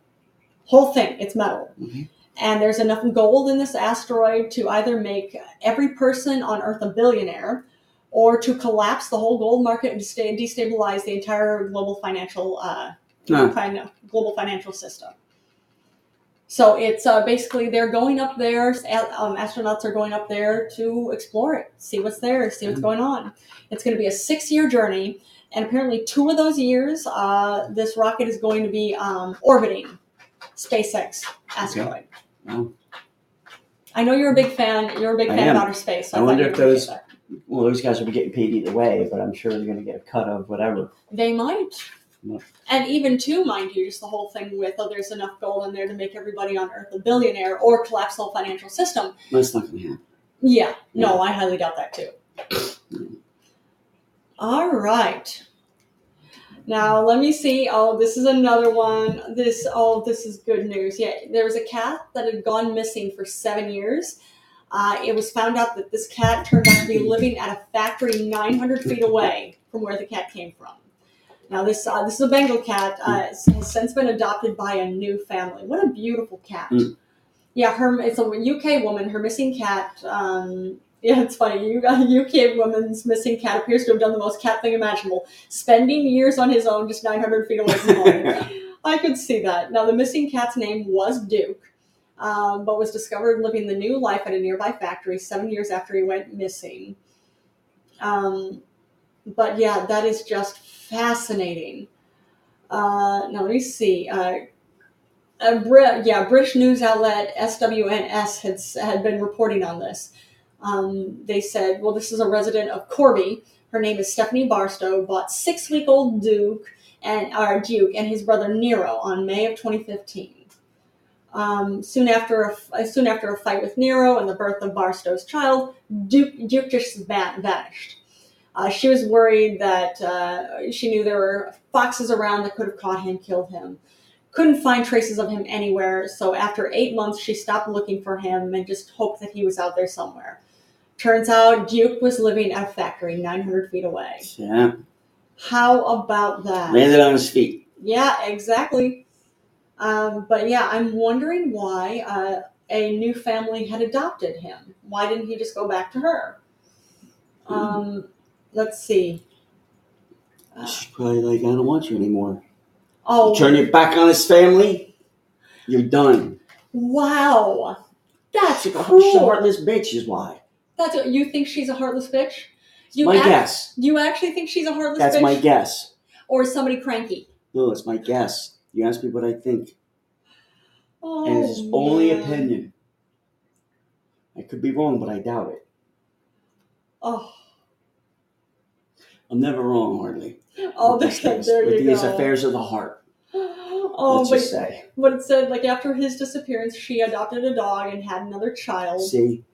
A: whole thing. It's metal.
B: Mhm.
A: And there's enough gold in this asteroid to either make every person on Earth a billionaire or to collapse the whole gold market and sta- destabilize the entire global financial uh,
B: No.
A: fin- global financial system. So it's uh, basically they're going up there. a- Um, astronauts are going up there to explore it, see what's there, see what's
B: Mhm.
A: going on. It's going to be a six-year journey, and apparently, two of those years, uh, this rocket is going to be um, orbiting SpaceX asteroid.
B: Well,
A: I know you're a big fan. You're a big
B: I
A: fan
B: am.
A: of outer space. so
B: I
A: thought
B: wonder
A: you'd
B: if those-
A: appreciate that.
B: well, those guys will be getting paid either way, but I'm sure they're going to get a cut of whatever.
A: they might.
B: No.
A: And even too, mind you, just the whole thing with oh, there's enough gold in there to make everybody on Earth a billionaire or collapse the whole financial system.
B: That's not going to happen.
A: Yeah, no, I highly doubt that too. All right. Now let me see. Oh, this is another one. This oh, this is good news. Yeah, there was a cat that had gone missing for seven years. Uh, it was found out that this cat turned out to be living at a factory 900 feet away from where the cat came from. Now this uh, this is a Bengal cat. Uh, it's- has since been adopted by a new family. What a beautiful cat.
B: Mm.
A: Yeah, her it's a UK woman. Her missing cat. Um, yeah, it's funny. You got a UK woman's missing cat appears to have done the most cat thing imaginable, spending years on his own just 900 feet away from home. I could see that. Now, the missing cat's name was Duke, um, but was discovered living the new life at a nearby factory seven years after he went missing. Um, but yeah, that is just fascinating. Uh, now, let me see. Uh, a Brit, yeah, British news outlet SWNS had, s- had been reporting on this. Um, they said, well, this is a resident of Corby. Her name is Stephanie Barstow, bought six week old Duke and our Duke and his brother Nero on May of 2015. Um, soon after, a, f- soon after a fight with Nero and the birth of Barstow's child, Duke Duke just va- vanished. Uh, she was worried that uh, she knew there were foxes around that could have caught him, killed him. Couldn't find traces of him anywhere, so after eight months, she stopped looking for him and just hoped that he was out there somewhere. Turns out Duke was living at a factory 900 feet away.
B: Yeah.
A: How about that?
B: Landed on his feet.
A: Yeah, exactly. Um, but yeah, I'm wondering why uh, a new family had adopted him. Why didn't he just go back to her? Um, let's see. Uh,
B: She's probably like, I don't want you anymore.
A: oh,
B: Turn your back on his family. You're done.
A: wow. That's
B: She's a
A: cruel.
B: heartless bitch, is why.
A: That's what, you think she's a heartless bitch? You
B: my
A: act-
B: guess.
A: You actually think she's a heartless
B: That's
A: bitch,
B: my guess.
A: or is somebody cranky?
B: No, it's my guess. You asked me what I think,
A: Oh,
B: and it's only
A: man.
B: opinion. I could be wrong, but I doubt it.
A: Oh,
B: I'm never wrong, hardly.
A: oh,
B: with these things,
A: there
B: with
A: you
B: these
A: go.
B: affairs of the heart.
A: Oh,
B: let's
A: but
B: just say.
A: what it said like after his disappearance she adopted a dog and had another child
B: See,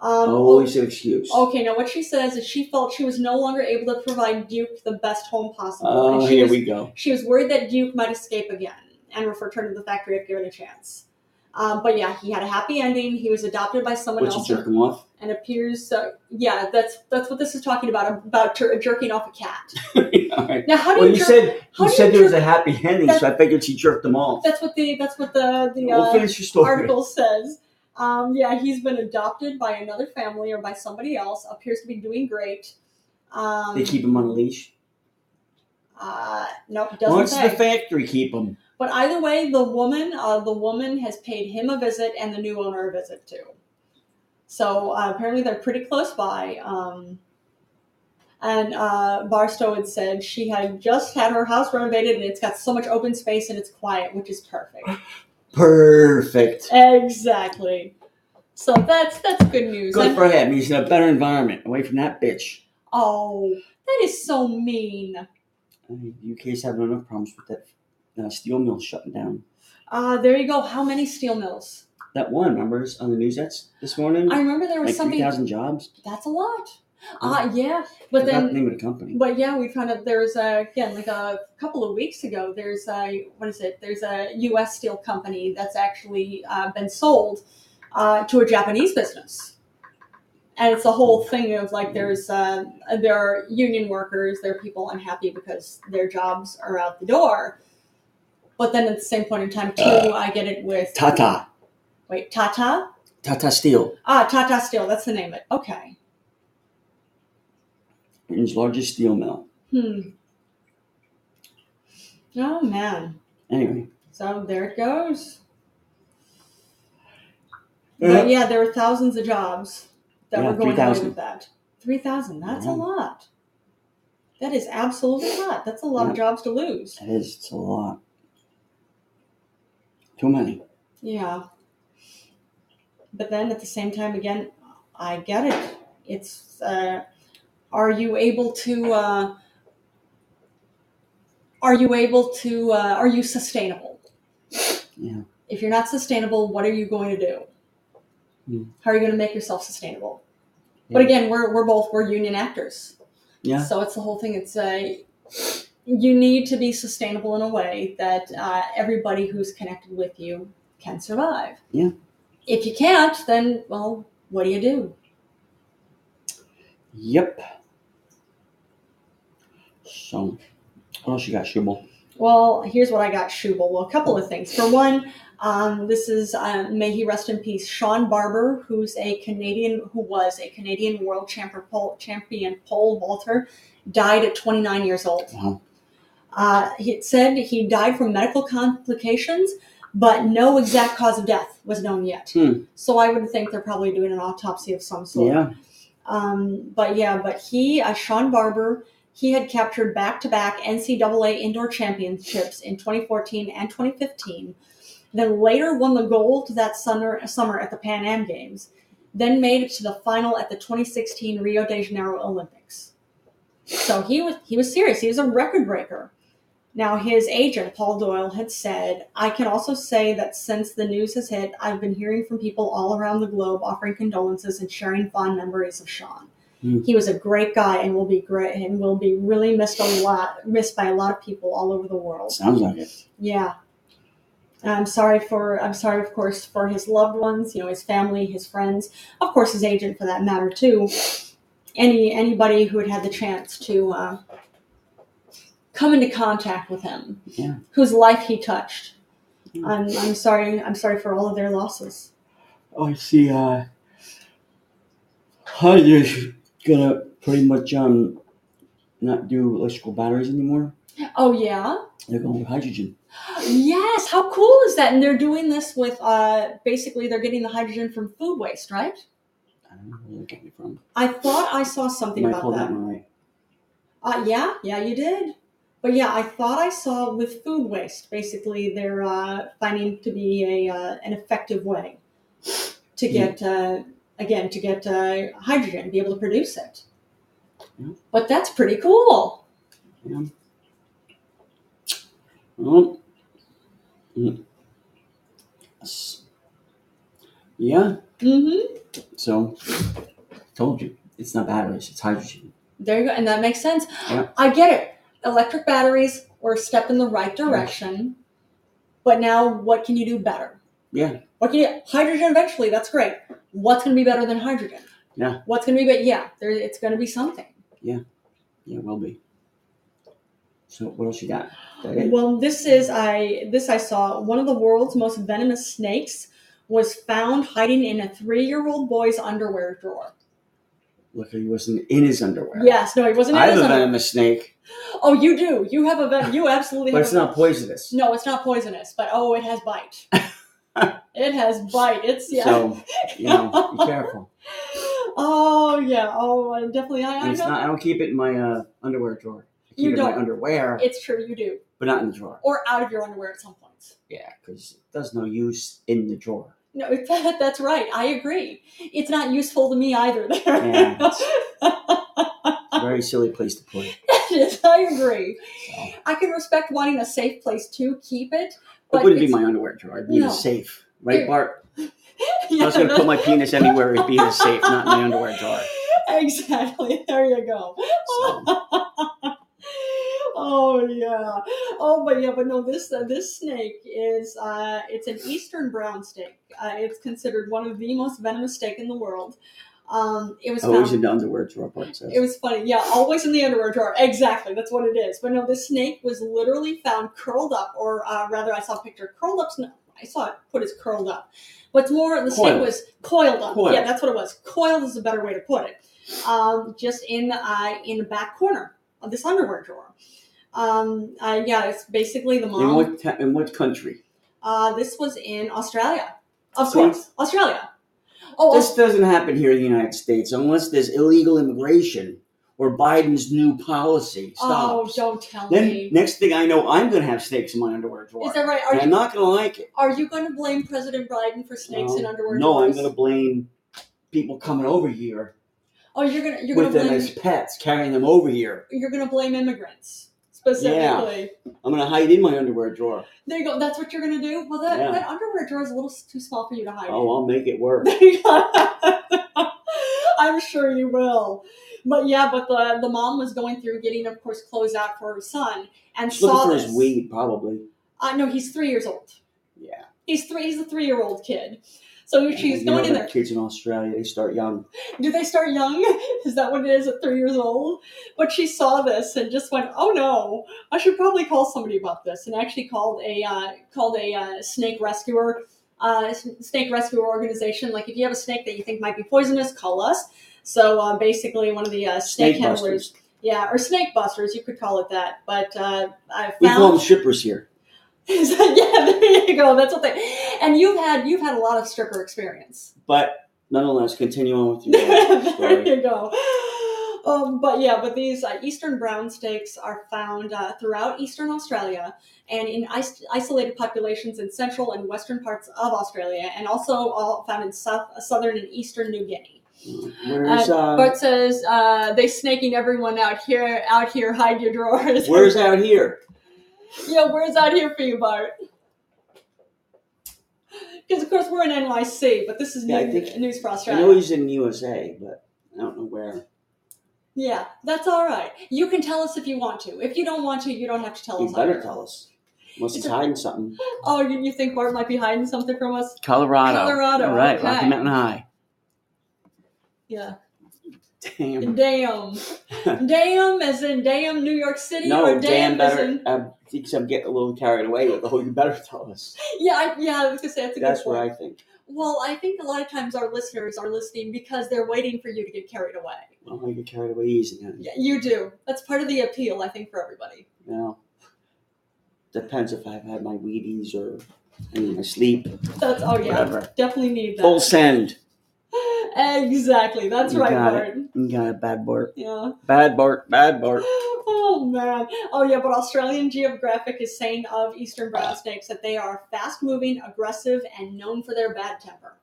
A: um,
B: always an excuse.
A: okay now what she says is she felt she was no longer able to provide duke the best home possible
B: Oh,
A: and she,
B: here
A: was,
B: we go.
A: she was worried that duke might escape again and was returned to the factory if given a chance um, but yeah he had a happy ending he was adopted by someone
B: What you
A: else
B: jerk him off?
A: and appears so yeah that's that's what this is talking about about jer- jerking off a cat
B: All right.
A: now how do
B: Well,
A: you,
B: you
A: jerk-
B: said
A: how
B: you
A: do
B: said
A: you
B: there was
A: jerk-
B: a happy ending, so I figured she jerked him off.
A: that's what the that's what the the
B: We'll
A: uh,
B: finish your story.
A: article says. Um, yeah, he's been adopted by another family or by somebody else. Appears to be doing great. Um,
B: They keep him on a leash.
A: Uh, nope, doesn't
B: Wants the
A: say.
B: factory keep him?
A: but either way, the woman, uh, the woman has paid him a visit and the new owner a visit too. So uh, apparently they're pretty close by. Um, and uh, Barstow had said she had just had her house renovated and it's got so much open space and it's quiet, which is perfect.
B: Perfect.
A: Exactly. So that's that's good news.
B: Good
A: I'm-
B: for him. He's in a better environment away from that bitch.
A: Oh, that is so mean.
B: I mean, the UK's having enough problems with that uh, steel mill shutting down.
A: Uh, there you go. How many steel mills?
B: That one, remember, it's on the news that's this morning?
A: I remember there was
B: like
A: something.
B: 3,000 jobs.
A: That's a lot.
B: Yeah.
A: Uh, yeah, but
B: Forgot
A: then
B: the name of the company.
A: But yeah, we found out there's a again like a couple of weeks ago. There's a what is it? There's a U.S. steel company that's actually uh, been sold uh, to a Japanese business, and it's the whole thing of like there's uh, there are union workers, there are people unhappy because their jobs are out the door. But then at the same point in time, too, I get it with
B: Tata.
A: Wait, Tata.
B: Tata Steel,
A: Ah, Tata Steel. That's the name of it. Okay.
B: Britain's largest steel mill.
A: Hmm. Oh man.
B: Anyway.
A: So there it goes.
B: Yeah.
A: But yeah, there were thousands of jobs that
B: Yeah,
A: were going away
B: 3,000.
A: with that. 3,000, that's
B: Yeah.
A: a lot. That is absolutely a lot. That's a lot of jobs to lose.
B: That is, it's a lot. Too many.
A: Yeah. But then at the same time, again, I get it. It's, uh, are you able to, uh, are you able to, uh, are you sustainable?
B: Yeah.
A: If you're not sustainable, what are you going to do?
B: Hmm.
A: How are you going to make yourself sustainable? But
B: Yeah.
A: again, we're, we're both, we're union actors.
B: Yeah.
A: So it's the whole thing. It's a you need to be sustainable in a way that uh, everybody who's connected with you can survive.
B: Yeah.
A: If you can't, then well, what do you do?
B: Yep. So, what else you got, Shubal?
A: Well, here's what I got, Schubel. Well, a couple of things. For one, um, this is uh, may he rest in peace, Sean Barber, who's a Canadian who was a Canadian world champion pole, champion pole vaulter, died at 29 years old.
B: Wow.
A: Uh, it said he died from medical complications, but no exact cause of death was known yet.
B: Hmm.
A: So I would think they're probably doing an autopsy of some sort.
B: Yeah.
A: Um, but yeah, but he, uh, Sean Barber, he had captured back to back NCAA indoor championships in 2014 and 2015. Then later won the gold that summer, summer at the Pan Am Games. Then made it to the final at the 2016 Rio de Janeiro Olympics. So he was he was serious. He was a record breaker. Now his agent Paul Doyle had said, "I can also say that since the news has hit, I've been hearing from people all around the globe offering condolences and sharing fond memories of Sean.
B: Hmm.
A: He was a great guy and will be great and will be really missed a lot, missed by a lot of people all over the world.
B: Sounds like it.
A: Yeah. I'm sorry for I'm sorry of course for his loved ones, you know, his family, his friends, of course his agent for that matter too. Any anybody who had had the chance to uh, come into contact with him,
B: Yeah.
A: whose life he touched.
B: Yeah.
A: I'm I'm sorry I'm sorry for all of their losses.
B: I see. Uh, Hunter's gonna pretty much um not do electrical batteries anymore.
A: Oh yeah,
B: They're going with hydrogen.
A: yes. How cool is that? And they're doing this with uh, basically they're getting the hydrogen from food waste, right?
B: I don't know where that came from.
A: I thought I saw
B: I
A: something
B: might
A: about
B: call
A: that.
B: that one right.
A: Uh, yeah, yeah, you did. But yeah, I thought I saw with food waste. Basically, they're uh, finding to be a uh, an effective way to get uh, again to get uh, hydrogen, be able to produce it.
B: Yeah.
A: But that's pretty cool.
B: Yeah. Well, mm. S- yeah.
A: Mm-hmm.
B: So, told you it's not batteries; it's hydrogen.
A: There you go, and that makes sense.
B: Yeah.
A: I get it. Electric batteries were a step in the right direction, but now what can you do better?
B: Yeah.
A: What can you hydrogen eventually? That's great. What's going to be better than hydrogen?
B: Yeah.
A: What's going to be? But yeah, there, it's going to be something.
B: Yeah, will be. So, what else you got? That it?
A: Well, this is I this I saw one of the world's most venomous snakes was found hiding in a three-year-old boy's underwear drawer.
B: Luckily, he wasn't in his underwear.
A: Yes, no, he wasn't. in
B: I have
A: his
B: a
A: underwear.
B: venomous snake.
A: Oh, you do. You have a ven- you absolutely.
B: But
A: have
B: it's
A: a-
B: not poisonous.
A: No, it's not poisonous, but oh, it has bite. it has bite. It's yeah.
B: So, you know, be careful.
A: Oh yeah. Oh, I definitely. I,
B: And
A: I
B: it's
A: know.
B: not, I don't keep it in my uh, underwear drawer. I keep
A: You
B: it in
A: don't.
B: my underwear,
A: It's true. You do,
B: but not in the drawer.
A: or out of your underwear at some points.
B: Yeah, because it does no use in the drawer.
A: No, it- that's right. I agree. It's not useful to me either. There.
B: Yeah. It's a very silly place to put it.
A: is. I agree. So. I can respect wanting a safe place to keep it.
B: But it wouldn't be my underwear drawer. It'd be no. safe, right, Here. Bart? yeah, I was going to put my penis anywhere. It'd be in a safe, not in my underwear drawer.
A: Exactly. There you go. So. Oh yeah. Oh, but yeah, but no. This uh, this snake is uh, it's an eastern brown snake. Uh, it's considered one of the most venomous snake in the world. Um, it was
B: always found, in the underwear drawer.
A: It was funny. Yeah, always in the underwear drawer. Exactly. That's what it is. But no, this snake was literally found curled up, or uh, rather, I saw a picture curled up. No, I saw it put as curled up. What's more, the coiled. snake was coiled up. Coiled. Yeah, that's what it was. Coiled is a better way to put it. Um, just in uh, in the back corner of this underwear drawer. Um, uh, yeah, it's basically the mom.
B: In what, ta- in what country?
A: Uh, this was in Australia. Of See? course, Australia. Oh,
B: this Aust- doesn't happen here in the United States unless there's illegal immigration or Biden's new policy stops.
A: Oh, don't tell
B: then,
A: me.
B: Next thing I know, I'm going to have snakes in my underwear drawer.
A: Is that right? Are
B: you, I'm not going to like it.
A: Are you going to blame President Biden for snakes
B: no,
A: in underwear?
B: No,
A: drawers?
B: I'm going to blame people coming over here
A: Oh, you're gonna you're
B: with
A: gonna blame,
B: them as pets, carrying them over here.
A: You're gonna blame immigrants specifically.
B: Yeah. I'm gonna hide in my underwear drawer.
A: There you go. That's what you're gonna do. Well, that, yeah. that underwear drawer is a little too small for you to hide.
B: Oh,
A: in.
B: I'll make it work.
A: I'm sure you will. But yeah, but the the mom was going through getting, of course, clothes out for her son, and
B: She's
A: saw
B: for
A: this.
B: his weed, probably.
A: Uh, no, he's three years old.
B: Yeah,
A: he's three. He's a three year old kid. So she's
B: you know
A: going in there.
B: Kids in Australia, they start young.
A: Do they start young? Is that what it is at three years old? But she saw this and just went, "Oh no, I should probably call somebody about this." And actually called a uh, called a uh, snake rescuer uh, snake rescuer organization. Like if you have a snake that you think might be poisonous, call us. So um, basically, one of the uh, snake,
B: snake
A: handlers, yeah, or snake busters, you could call it that. But uh, I found
B: we call them shippers here.
A: yeah, there you go. That's what they. And you've had you've had a lot of stripper experience.
B: But nonetheless, continue on with your.
A: there you go. Um, but yeah, but these uh, eastern brown snakes are found uh, throughout eastern Australia and in is- isolated populations in central and western parts of Australia, and also all found in south, southern and eastern New Guinea.
B: Where's, uh,
A: Bart says uh, they snaking everyone out here. Out here, hide your drawers.
B: Where's out here?
A: Yo, where's out here for you, Bart? Because of course we're in NYC, but this is yeah, new, think, news for Australia.
B: I know he's in USA, but I don't know where.
A: Yeah, that's all right. You can tell us if you want to. If you don't want to, you don't have to tell
B: you
A: us.
B: You better either. tell us. Unless he's hiding something.
A: Oh, you, you, think Bart might be hiding something from us?
B: Colorado.
A: Colorado.
B: All right,
A: okay.
B: Rocky Mountain High.
A: Yeah.
B: Damn.
A: Damn. damn as in damn New York City
B: no,
A: or
B: damn
A: damn,
B: better,
A: as in...
B: I think I'm getting a little carried away with the whole you better tell us.
A: Yeah, I, yeah, I was going to say that's a
B: That's
A: good point.
B: what I think.
A: Well, I think a lot of times our listeners are listening because they're waiting for you to get carried away.
B: Well, I get carried away easy. Honey.
A: Yeah, you do. That's part of the appeal, I think, for everybody.
B: No. Depends if I've had my Wheaties or I mean, my sleep.
A: That's oh yeah,
B: whatever.
A: definitely need that.
B: Full send.
A: Exactly. That's
B: You
A: right,
B: got
A: Bart.
B: it. You got a bad Bart.
A: Yeah.
B: Bad Bart. Bad Bart.
A: Oh man. Oh yeah, but Australian Geographic is saying of eastern brown snakes that they are fast moving, aggressive, and known for their bad temper.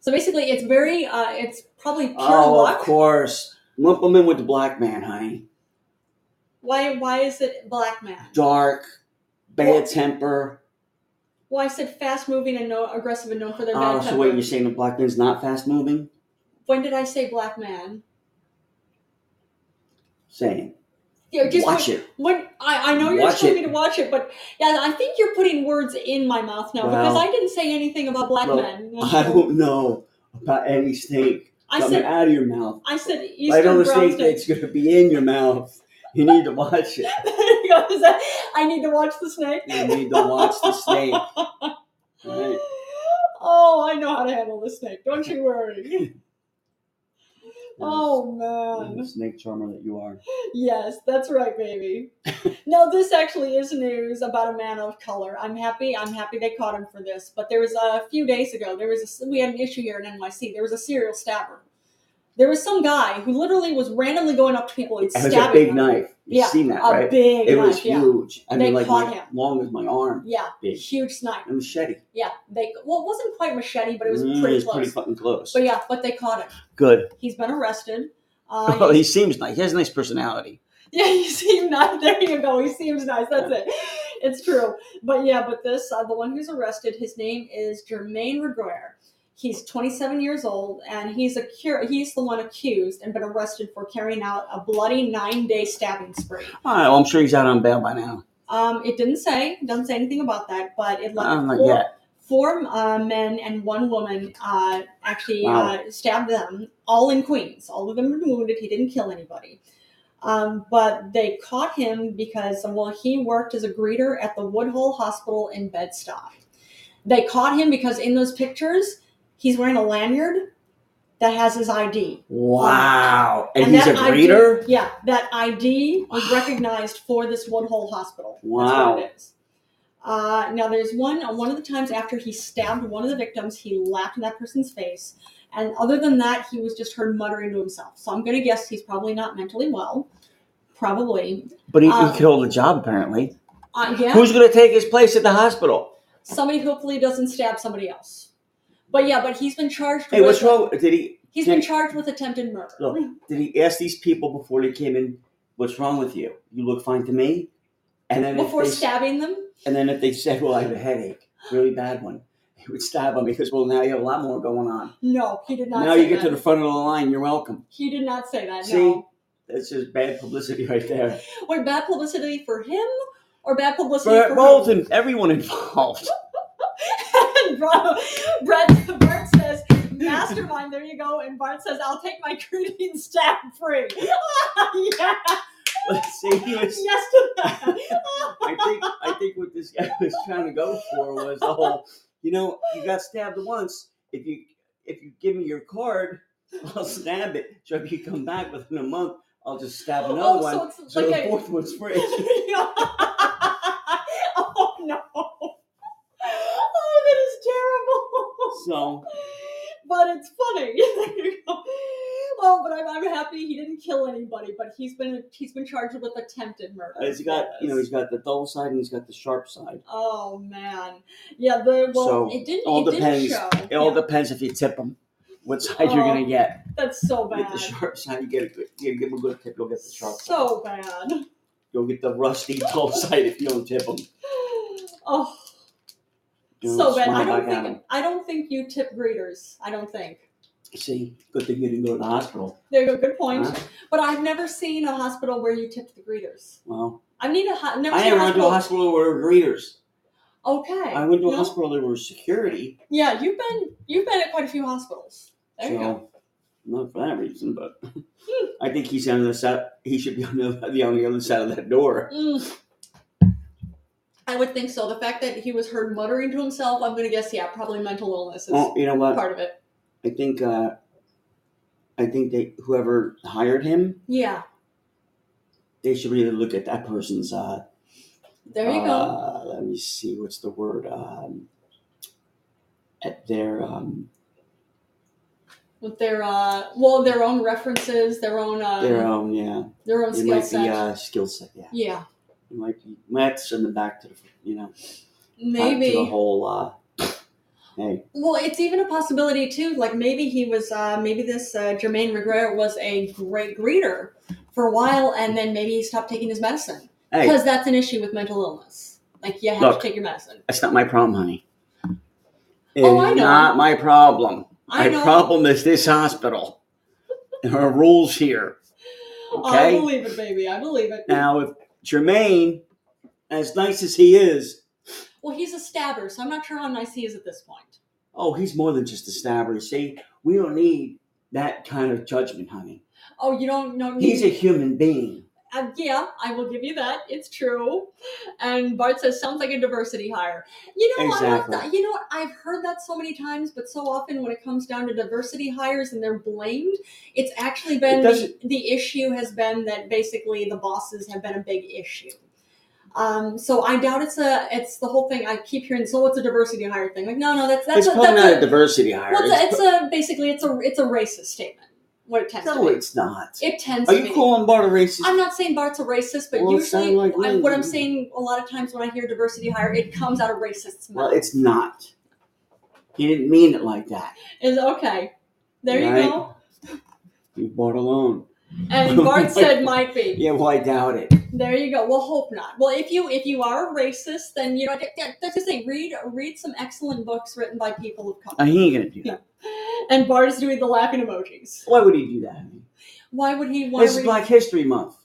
A: So basically it's very uh, it's probably pure
B: Oh,
A: luck.
B: of course. Lump them in with the black man, honey.
A: Why why is it black man?
B: Dark, bad temper.
A: Well, I said fast moving and no aggressive and known for their bad
B: Oh,
A: temper.
B: so wait, you're saying the black man's not fast moving?
A: when did I say black man?
B: Saying.
A: Yeah, just
B: Watch
A: when,
B: it.
A: When I, I know you're
B: Watch
A: telling
B: it.
A: me to watch it, but yeah, I think you're putting words in my mouth now because
B: Well,
A: I didn't say anything about black
B: well,
A: men.
B: I don't know about any snake
A: I
B: coming
A: said
B: out of your mouth.
A: I said
B: But I
A: Eastern
B: know the
A: brown
B: snake that's going to be in your mouth. You need to watch it.
A: There you go. Is that- I need to watch the snake.
B: You need to watch the snake. Right?
A: Oh, I know how to handle the snake. Don't you worry. oh man.
B: The snake charmer that you are.
A: Yes, that's right, baby. no, this actually is news about a man of color. I'm happy. I'm happy they caught him for this. But there was a few days ago. There was a, we had an issue here in NYC. There was a serial stabber. There was some guy who literally was randomly going up to people and
B: It was
A: stabbing
B: a big
A: them.
B: knife. You've
A: Yeah,
B: seen that,
A: a
B: right?
A: big
B: It
A: knife.
B: was
A: yeah.
B: huge. I
A: They
B: mean, like
A: caught
B: my,
A: him.
B: long as my arm.
A: Yeah,
B: Big.
A: huge snipe.
B: A machete.
A: Yeah, they well, it wasn't quite machete, but it was
B: Mm,
A: pretty
B: it's
A: close.
B: pretty fucking close.
A: but yeah, but they caught him.
B: Good.
A: He's been arrested. Uh,
B: Well,
A: he's-
B: he seems nice. He has a nice personality.
A: Yeah, you seem nice. There you go. He seems nice. That's it. It's true. But yeah, but this, uh, the one who's arrested, his name is Germaine Regoyer. He's 27 years old, and he's a he's the one accused and been arrested for carrying out a bloody nine-day stabbing spree.
B: All right, well, I'm sure he's out on bail by now.
A: Um, it didn't say, doesn't say anything about that, but it
B: Uh,
A: left
B: not
A: four,
B: yet.
A: four uh, men and one woman uh, actually
B: Wow.
A: uh, stabbed them, all in Queens. All of them were wounded. He didn't kill anybody. Um, but they caught him because, well, he worked as a greeter at the Woodhull Hospital in Bed-Stuy. They caught him because in those pictures, he's wearing a lanyard that has his ID.
B: Wow. And, he's
A: that
B: a greeter?
A: ID, yeah, that ID was recognized for this Woodhull Hospital. That's
B: Wow.
A: what it is. Uh, now, there's one. One of the times after he stabbed one of the victims, he laughed in that person's face, and other than that, he was just heard muttering to himself. So I'm going to guess he's probably not mentally well. Probably,
B: But he,
A: Um,
B: he could hold a job, apparently.
A: uh, yeah.
B: Who's going to take his place at the hospital?
A: somebody hopefully doesn't stab somebody else. But yeah, but he's been charged.
B: Hey,
A: with,
B: what's wrong? Did he
A: He's been charged with attempted murder.
B: Look, did he ask these people before they came in, "What's wrong with you? You look fine to me," and then
A: before
B: if they,
A: stabbing them.
B: and then if they said, "Well, I have a headache, really bad one," he would stab them because, well, now you have a lot more going on.
A: No, he did not.
B: now
A: say
B: you get
A: that.
B: to the front of the line, you're welcome.
A: He did not say that.
B: See,
A: No.
B: that's just bad publicity right there
A: Wait, bad publicity for him or bad publicity
B: for
A: for
B: both
A: her?
B: and everyone involved.
A: and Bro- Brett, Bart says, mastermind, there you go. And Bart says, I'll take my creatine stab free. yes,
B: See, he
A: yes
B: was.
A: to that.
B: I think I think what this guy was trying to go for was the whole, you know, you got stabbed once. If you if you give me your card, I'll stab it. So if you come back within a month, I'll just stab another
A: Oh,
B: one.
A: so it's
B: So
A: like
B: the
A: a-
B: fourth one's free.
A: oh no. Oh, that is
B: So
A: terrible. but it's funny. There you go. oh, but I'm, I'm happy he didn't kill anybody. But he's been he's been charged with attempted murder.
B: he's got you know he's got the dull side and he's got the sharp side.
A: Oh man, yeah. The well,
B: So,
A: it didn't.
B: all
A: it didn't
B: depends.
A: show.
B: It all
A: Yeah,
B: depends if you tip them, what side you're
A: Oh,
B: gonna get.
A: that's so
B: You get
A: bad.
B: the sharp side, you get a good, you give 'em a good tip, you'll get the sharp side.
A: So bad.
B: You'll get the rusty dull side if you don't tip them.
A: Oh, so bad. I don't think I don't think you tip greeters. I don't think.
B: See, good thing you didn't go to the hospital.
A: There you go. Good point.
B: Huh?
A: But I've never seen a hospital where you tipped the greeters.
B: Well,
A: I've need a ho- never
B: I
A: seen
B: never went to a hospital where there were greeters.
A: Okay.
B: I went to a
A: No?
B: hospital there were security,
A: Yeah, you've been you've been at quite a few hospitals. There you go. Hmm.
B: so not for that reason. But I think he's on the side. He should be on the, the on the other side of that door.
A: Mm. I would think so. The fact that he was heard muttering to himself, I'm going to guess, yeah, probably mental illness is
B: Well, you know what?
A: part of it.
B: I think uh, I think they whoever hired him,
A: Yeah,
B: they should really look at that person's. Uh,
A: there you go.
B: uh, Let me see. What's the word? Um, at their um,
A: With their uh, well, their own references, their own uh,
B: their
A: their,
B: own um, yeah.
A: own
B: It
A: skill
B: might
A: set.
B: be uh, skill set. Yeah,
A: yeah,
B: it might be. Might have to send them back to the you know. back
A: maybe.
B: to the whole uh hey
A: Well, it's even a possibility too. Like maybe he was, uh, maybe this uh, Jermaine Regrere was a great greeter for a while, and then maybe he stopped taking his medicine
B: hey
A: because that's an issue with mental illness. Like you have
B: Look.
A: to take your medicine.
B: that's not my problem honey It's
A: Oh, I know.
B: not my problem
A: I
B: my
A: know.
B: problem is this hospital there are rules here
A: Oh, I
B: okay?
A: believe it, baby. I believe it.
B: now if jermaine as nice as he is
A: Well, he's a stabber, so I'm not sure how nice he is at this point.
B: oh he's more than just a stabber see we don't need that kind of judgment honey
A: Oh, you don't know.
B: he's a human being
A: Uh, yeah, I will give you that. It's true. And Bart says, sounds like a diversity hire. You know, I love
B: Exactly.
A: that. You know, what? I've heard that so many times, but so often when it comes down to diversity hires and they're blamed, it's actually been
B: It
A: the,
B: doesn't-
A: the issue has been that basically the bosses have been a big issue. Um, so I doubt it's a it's the whole thing. I keep hearing, so what's a diversity hire thing? Like, no, no, that's that's
B: it's
A: a,
B: probably
A: that's
B: not
A: a-
B: a, diversity hire
A: Well,
B: It's
A: it's, a, it's a basically it's a it's a racist statement. What it
B: pro-
A: tends
B: no
A: to be.
B: it's not
A: It tends.
B: are
A: to
B: you
A: be.
B: calling bart a racist
A: I'm not saying Bart's a racist, but
B: Well, it
A: usually,
B: sounded like
A: I, what I'm
B: racism.
A: saying a lot of times when I hear diversity hire, it comes out of racist
B: Well,
A: mouth.
B: it's not. He didn't mean it like that.
A: Is okay. There you
B: Right.
A: go.
B: You bought a loan.
A: And Bart said might be.
B: Yeah, well, I doubt it.
A: There you go. Well, hope not. Well, if you if you are a racist, then you know that- that- that's the thing. Read read some excellent books written by people of
B: Uh,
A: color.
B: he ain't gonna do that.
A: And Bart is doing the laughing emojis.
B: Why would he do that?
A: Why would he want
B: This
A: to?
B: is
A: Read-
B: Black History Month.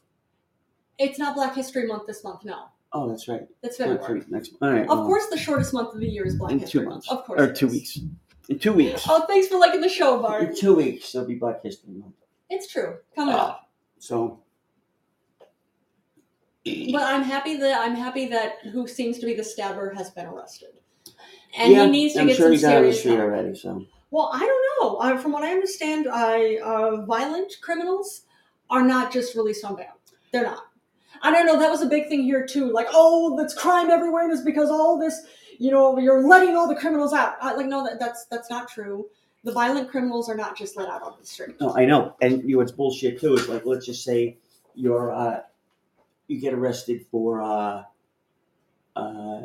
A: it's not Black History Month this month. No,
B: Oh, that's right.
A: that's
B: Next
A: February.
B: week. Next. All right.
A: Of
B: well,
A: course, the shortest month of the year is Black
B: In
A: History
B: two
A: Month.
B: months.
A: Of course,
B: Or
A: it
B: two
A: is.
B: weeks. In two weeks.
A: Oh, thanks for liking the show,
B: In
A: Bart.
B: two weeks, there'll be Black History Month.
A: It's true. Coming
B: Ah.
A: up.
B: So.
A: But I'm happy that I'm happy that who seems to be the stabber has been arrested, and
B: yeah,
A: he needs to
B: I'm
A: get
B: sure
A: some
B: he's out of the
A: serious
B: street
A: help.
B: already. So
A: Well, I don't know. Uh, from what I understand, I, uh, violent criminals are not just released on bail. They're not. I don't know. That was a big thing here too. Like, oh, that's crime everywhere, and it's because all this, you know, you're letting all the criminals out. I, like, no, that, that's that's not true. The violent criminals are not just let out on the street.
B: no, I know, and you know what's bullshit too is like let's just say you're uh, you get arrested for uh, uh,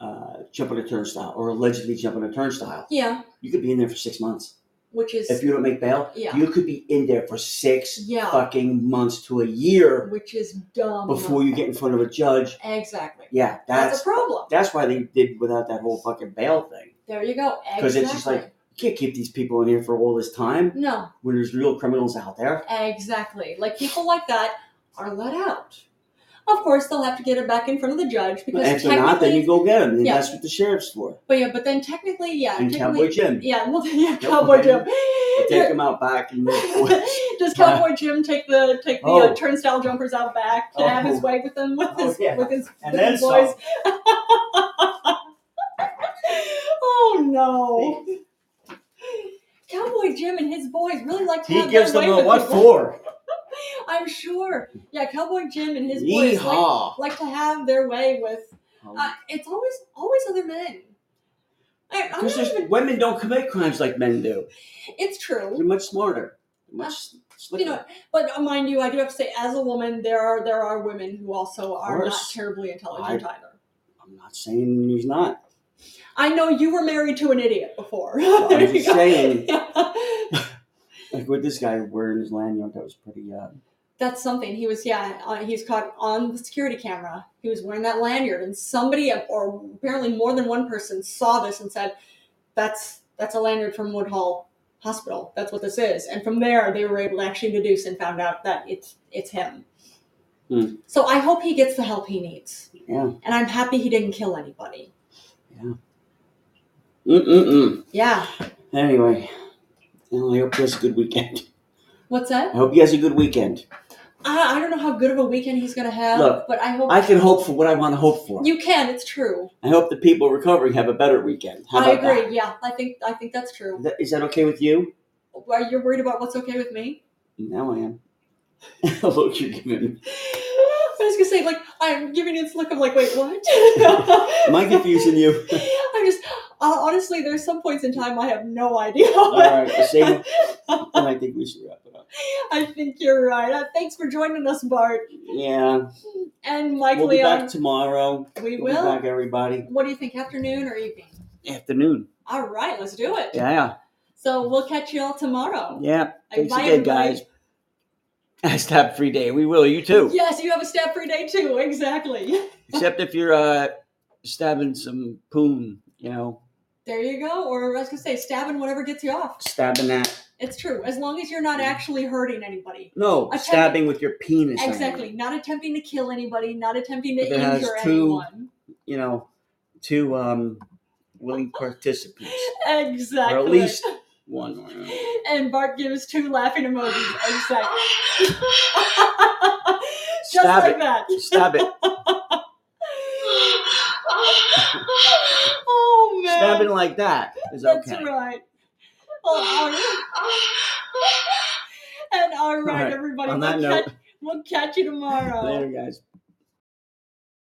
B: uh, jumping a turnstile or allegedly jumping a turnstile.
A: Yeah,
B: You could be in there for six months
A: which is
B: if you don't make bail.
A: yeah,
B: You could be in there for six
A: Yeah.
B: fucking months to a year
A: which is dumb.
B: before you get in front of a judge.
A: exactly.
B: Yeah,
A: That's,
B: that's
A: a problem.
B: that's why they did without that whole fucking bail thing.
A: There you go.
B: 'Cause it's just like- You can't keep these people in here for all this time.
A: Exactly. no,
B: when there's real criminals out there.
A: exactly. Like people like that are let out. Of course, they'll have to get it back in front of the judge because
B: And if they're not, then
A: technically-
B: you go get them. And
A: Yeah.
B: That's what the sheriff's for.
A: But yeah, but then technically, yeah,
B: And Cowboy
A: technically,
B: Jim.
A: yeah, well, yeah, Cowboy Jim.
B: They Take him out back and oh,
A: Does Cowboy Jim take the take the
B: Oh.
A: uh, turnstile jumpers out back to have his
B: Oh.
A: way with them with
B: Oh,
A: his
B: yeah.
A: with his,
B: And
A: with
B: then
A: his
B: some.
A: boys? oh no! Cowboy Jim and his boys really like to
B: he
A: have
B: gives
A: their
B: them
A: way
B: a
A: with
B: what
A: people.
B: for?
A: I'm sure. Yeah, Cowboy Jim and his boys like,
B: Yeehaw!
A: like to have their way with. Uh,
B: Because
A: it's always always other men. I, I'm not
B: there's-
A: even,
B: women don't commit crimes like men do.
A: it's true.
B: They're much smarter. They're Much slicker.
A: You know, but uh, mind you, I do have to say, as a woman, there are there are women who also are not
B: course.
A: terribly intelligent either.
B: I'm not saying he's not.
A: I know you were married to an idiot before. There
B: I'm
A: you
B: just
A: go.
B: saying, like with this guy wearing his lanyard, that was pretty. Uh,
A: That's something. He was, yeah, uh, he's caught on the security camera. He was wearing that lanyard, and somebody, or apparently more than one person, saw this and said, "That's that's a lanyard from Woodhull Hospital. That's what this is." And from there, they were able to actually deduce and found out that it's it's him.
B: Hmm.
A: So I hope he gets the help he needs,
B: yeah.
A: and I'm happy he didn't kill anybody.
B: Mm-mm-mm.
A: Yeah.
B: Anyway, well, I hope he has a good weekend.
A: What's
B: I
A: that?
B: hope he has a good weekend.
A: I, I don't know how good of a weekend he's gonna have,
B: Look,
A: but I hope
B: I can hope for what I want to hope for.
A: you can. It's true.
B: I hope the people recovering have a better weekend. How
A: I
B: about
A: agree. Yeah, I think I think that's true.
B: That? Is that- Is that okay with you?
A: Why you're worried about what's okay with me?
B: Now I am. Look, you're giving me.
A: I was gonna say like I'm giving you this look of like wait what?
B: Am I confusing you?
A: I'm just uh, honestly there's some points in time I have no idea.
B: All right, the same. And I think we should wrap it up.
A: I think you're right. Uh, thanks for joining us, Bart
B: Yeah,
A: and Mike
B: we'll be back
A: Leon.
B: tomorrow. We'll
A: We
B: be
A: will.
B: back, everybody.
A: What do you think? Afternoon or evening?
B: Afternoon.
A: All right, let's do it.
B: Yeah,
A: So we'll catch you all tomorrow.
B: yeah. Thanks
A: Bye,
B: again,
A: everybody.
B: guys. Stab free day. We will. You too.
A: Yes, you have a step free day too. Exactly.
B: Except if you're uh, stabbing some poon, you know,
A: There you go. Or I was gonna say, stabbing whatever gets you off.
B: stabbing that.
A: It's true. As long as you're not actually hurting anybody.
B: No,
A: Attempt-
B: stabbing with your penis. I mean.
A: Exactly. Not attempting to kill anybody. Not attempting to
B: If it has
A: injure
B: two-
A: anyone.
B: you know, to um, willing participants,
A: Exactly.
B: or at least one. or another.
A: And Bart gives two laughing emojis. Exactly. Just
B: Stab
A: like
B: it.
A: that.
B: Stab it.
A: Oh man.
B: Stabbing like that is
A: That's
B: okay.
A: right. Oh, all right. and all right,
B: right.
A: everybody.
B: On
A: we'll,
B: that
A: catch,
B: note.
A: we'll catch you tomorrow.
B: Later, guys.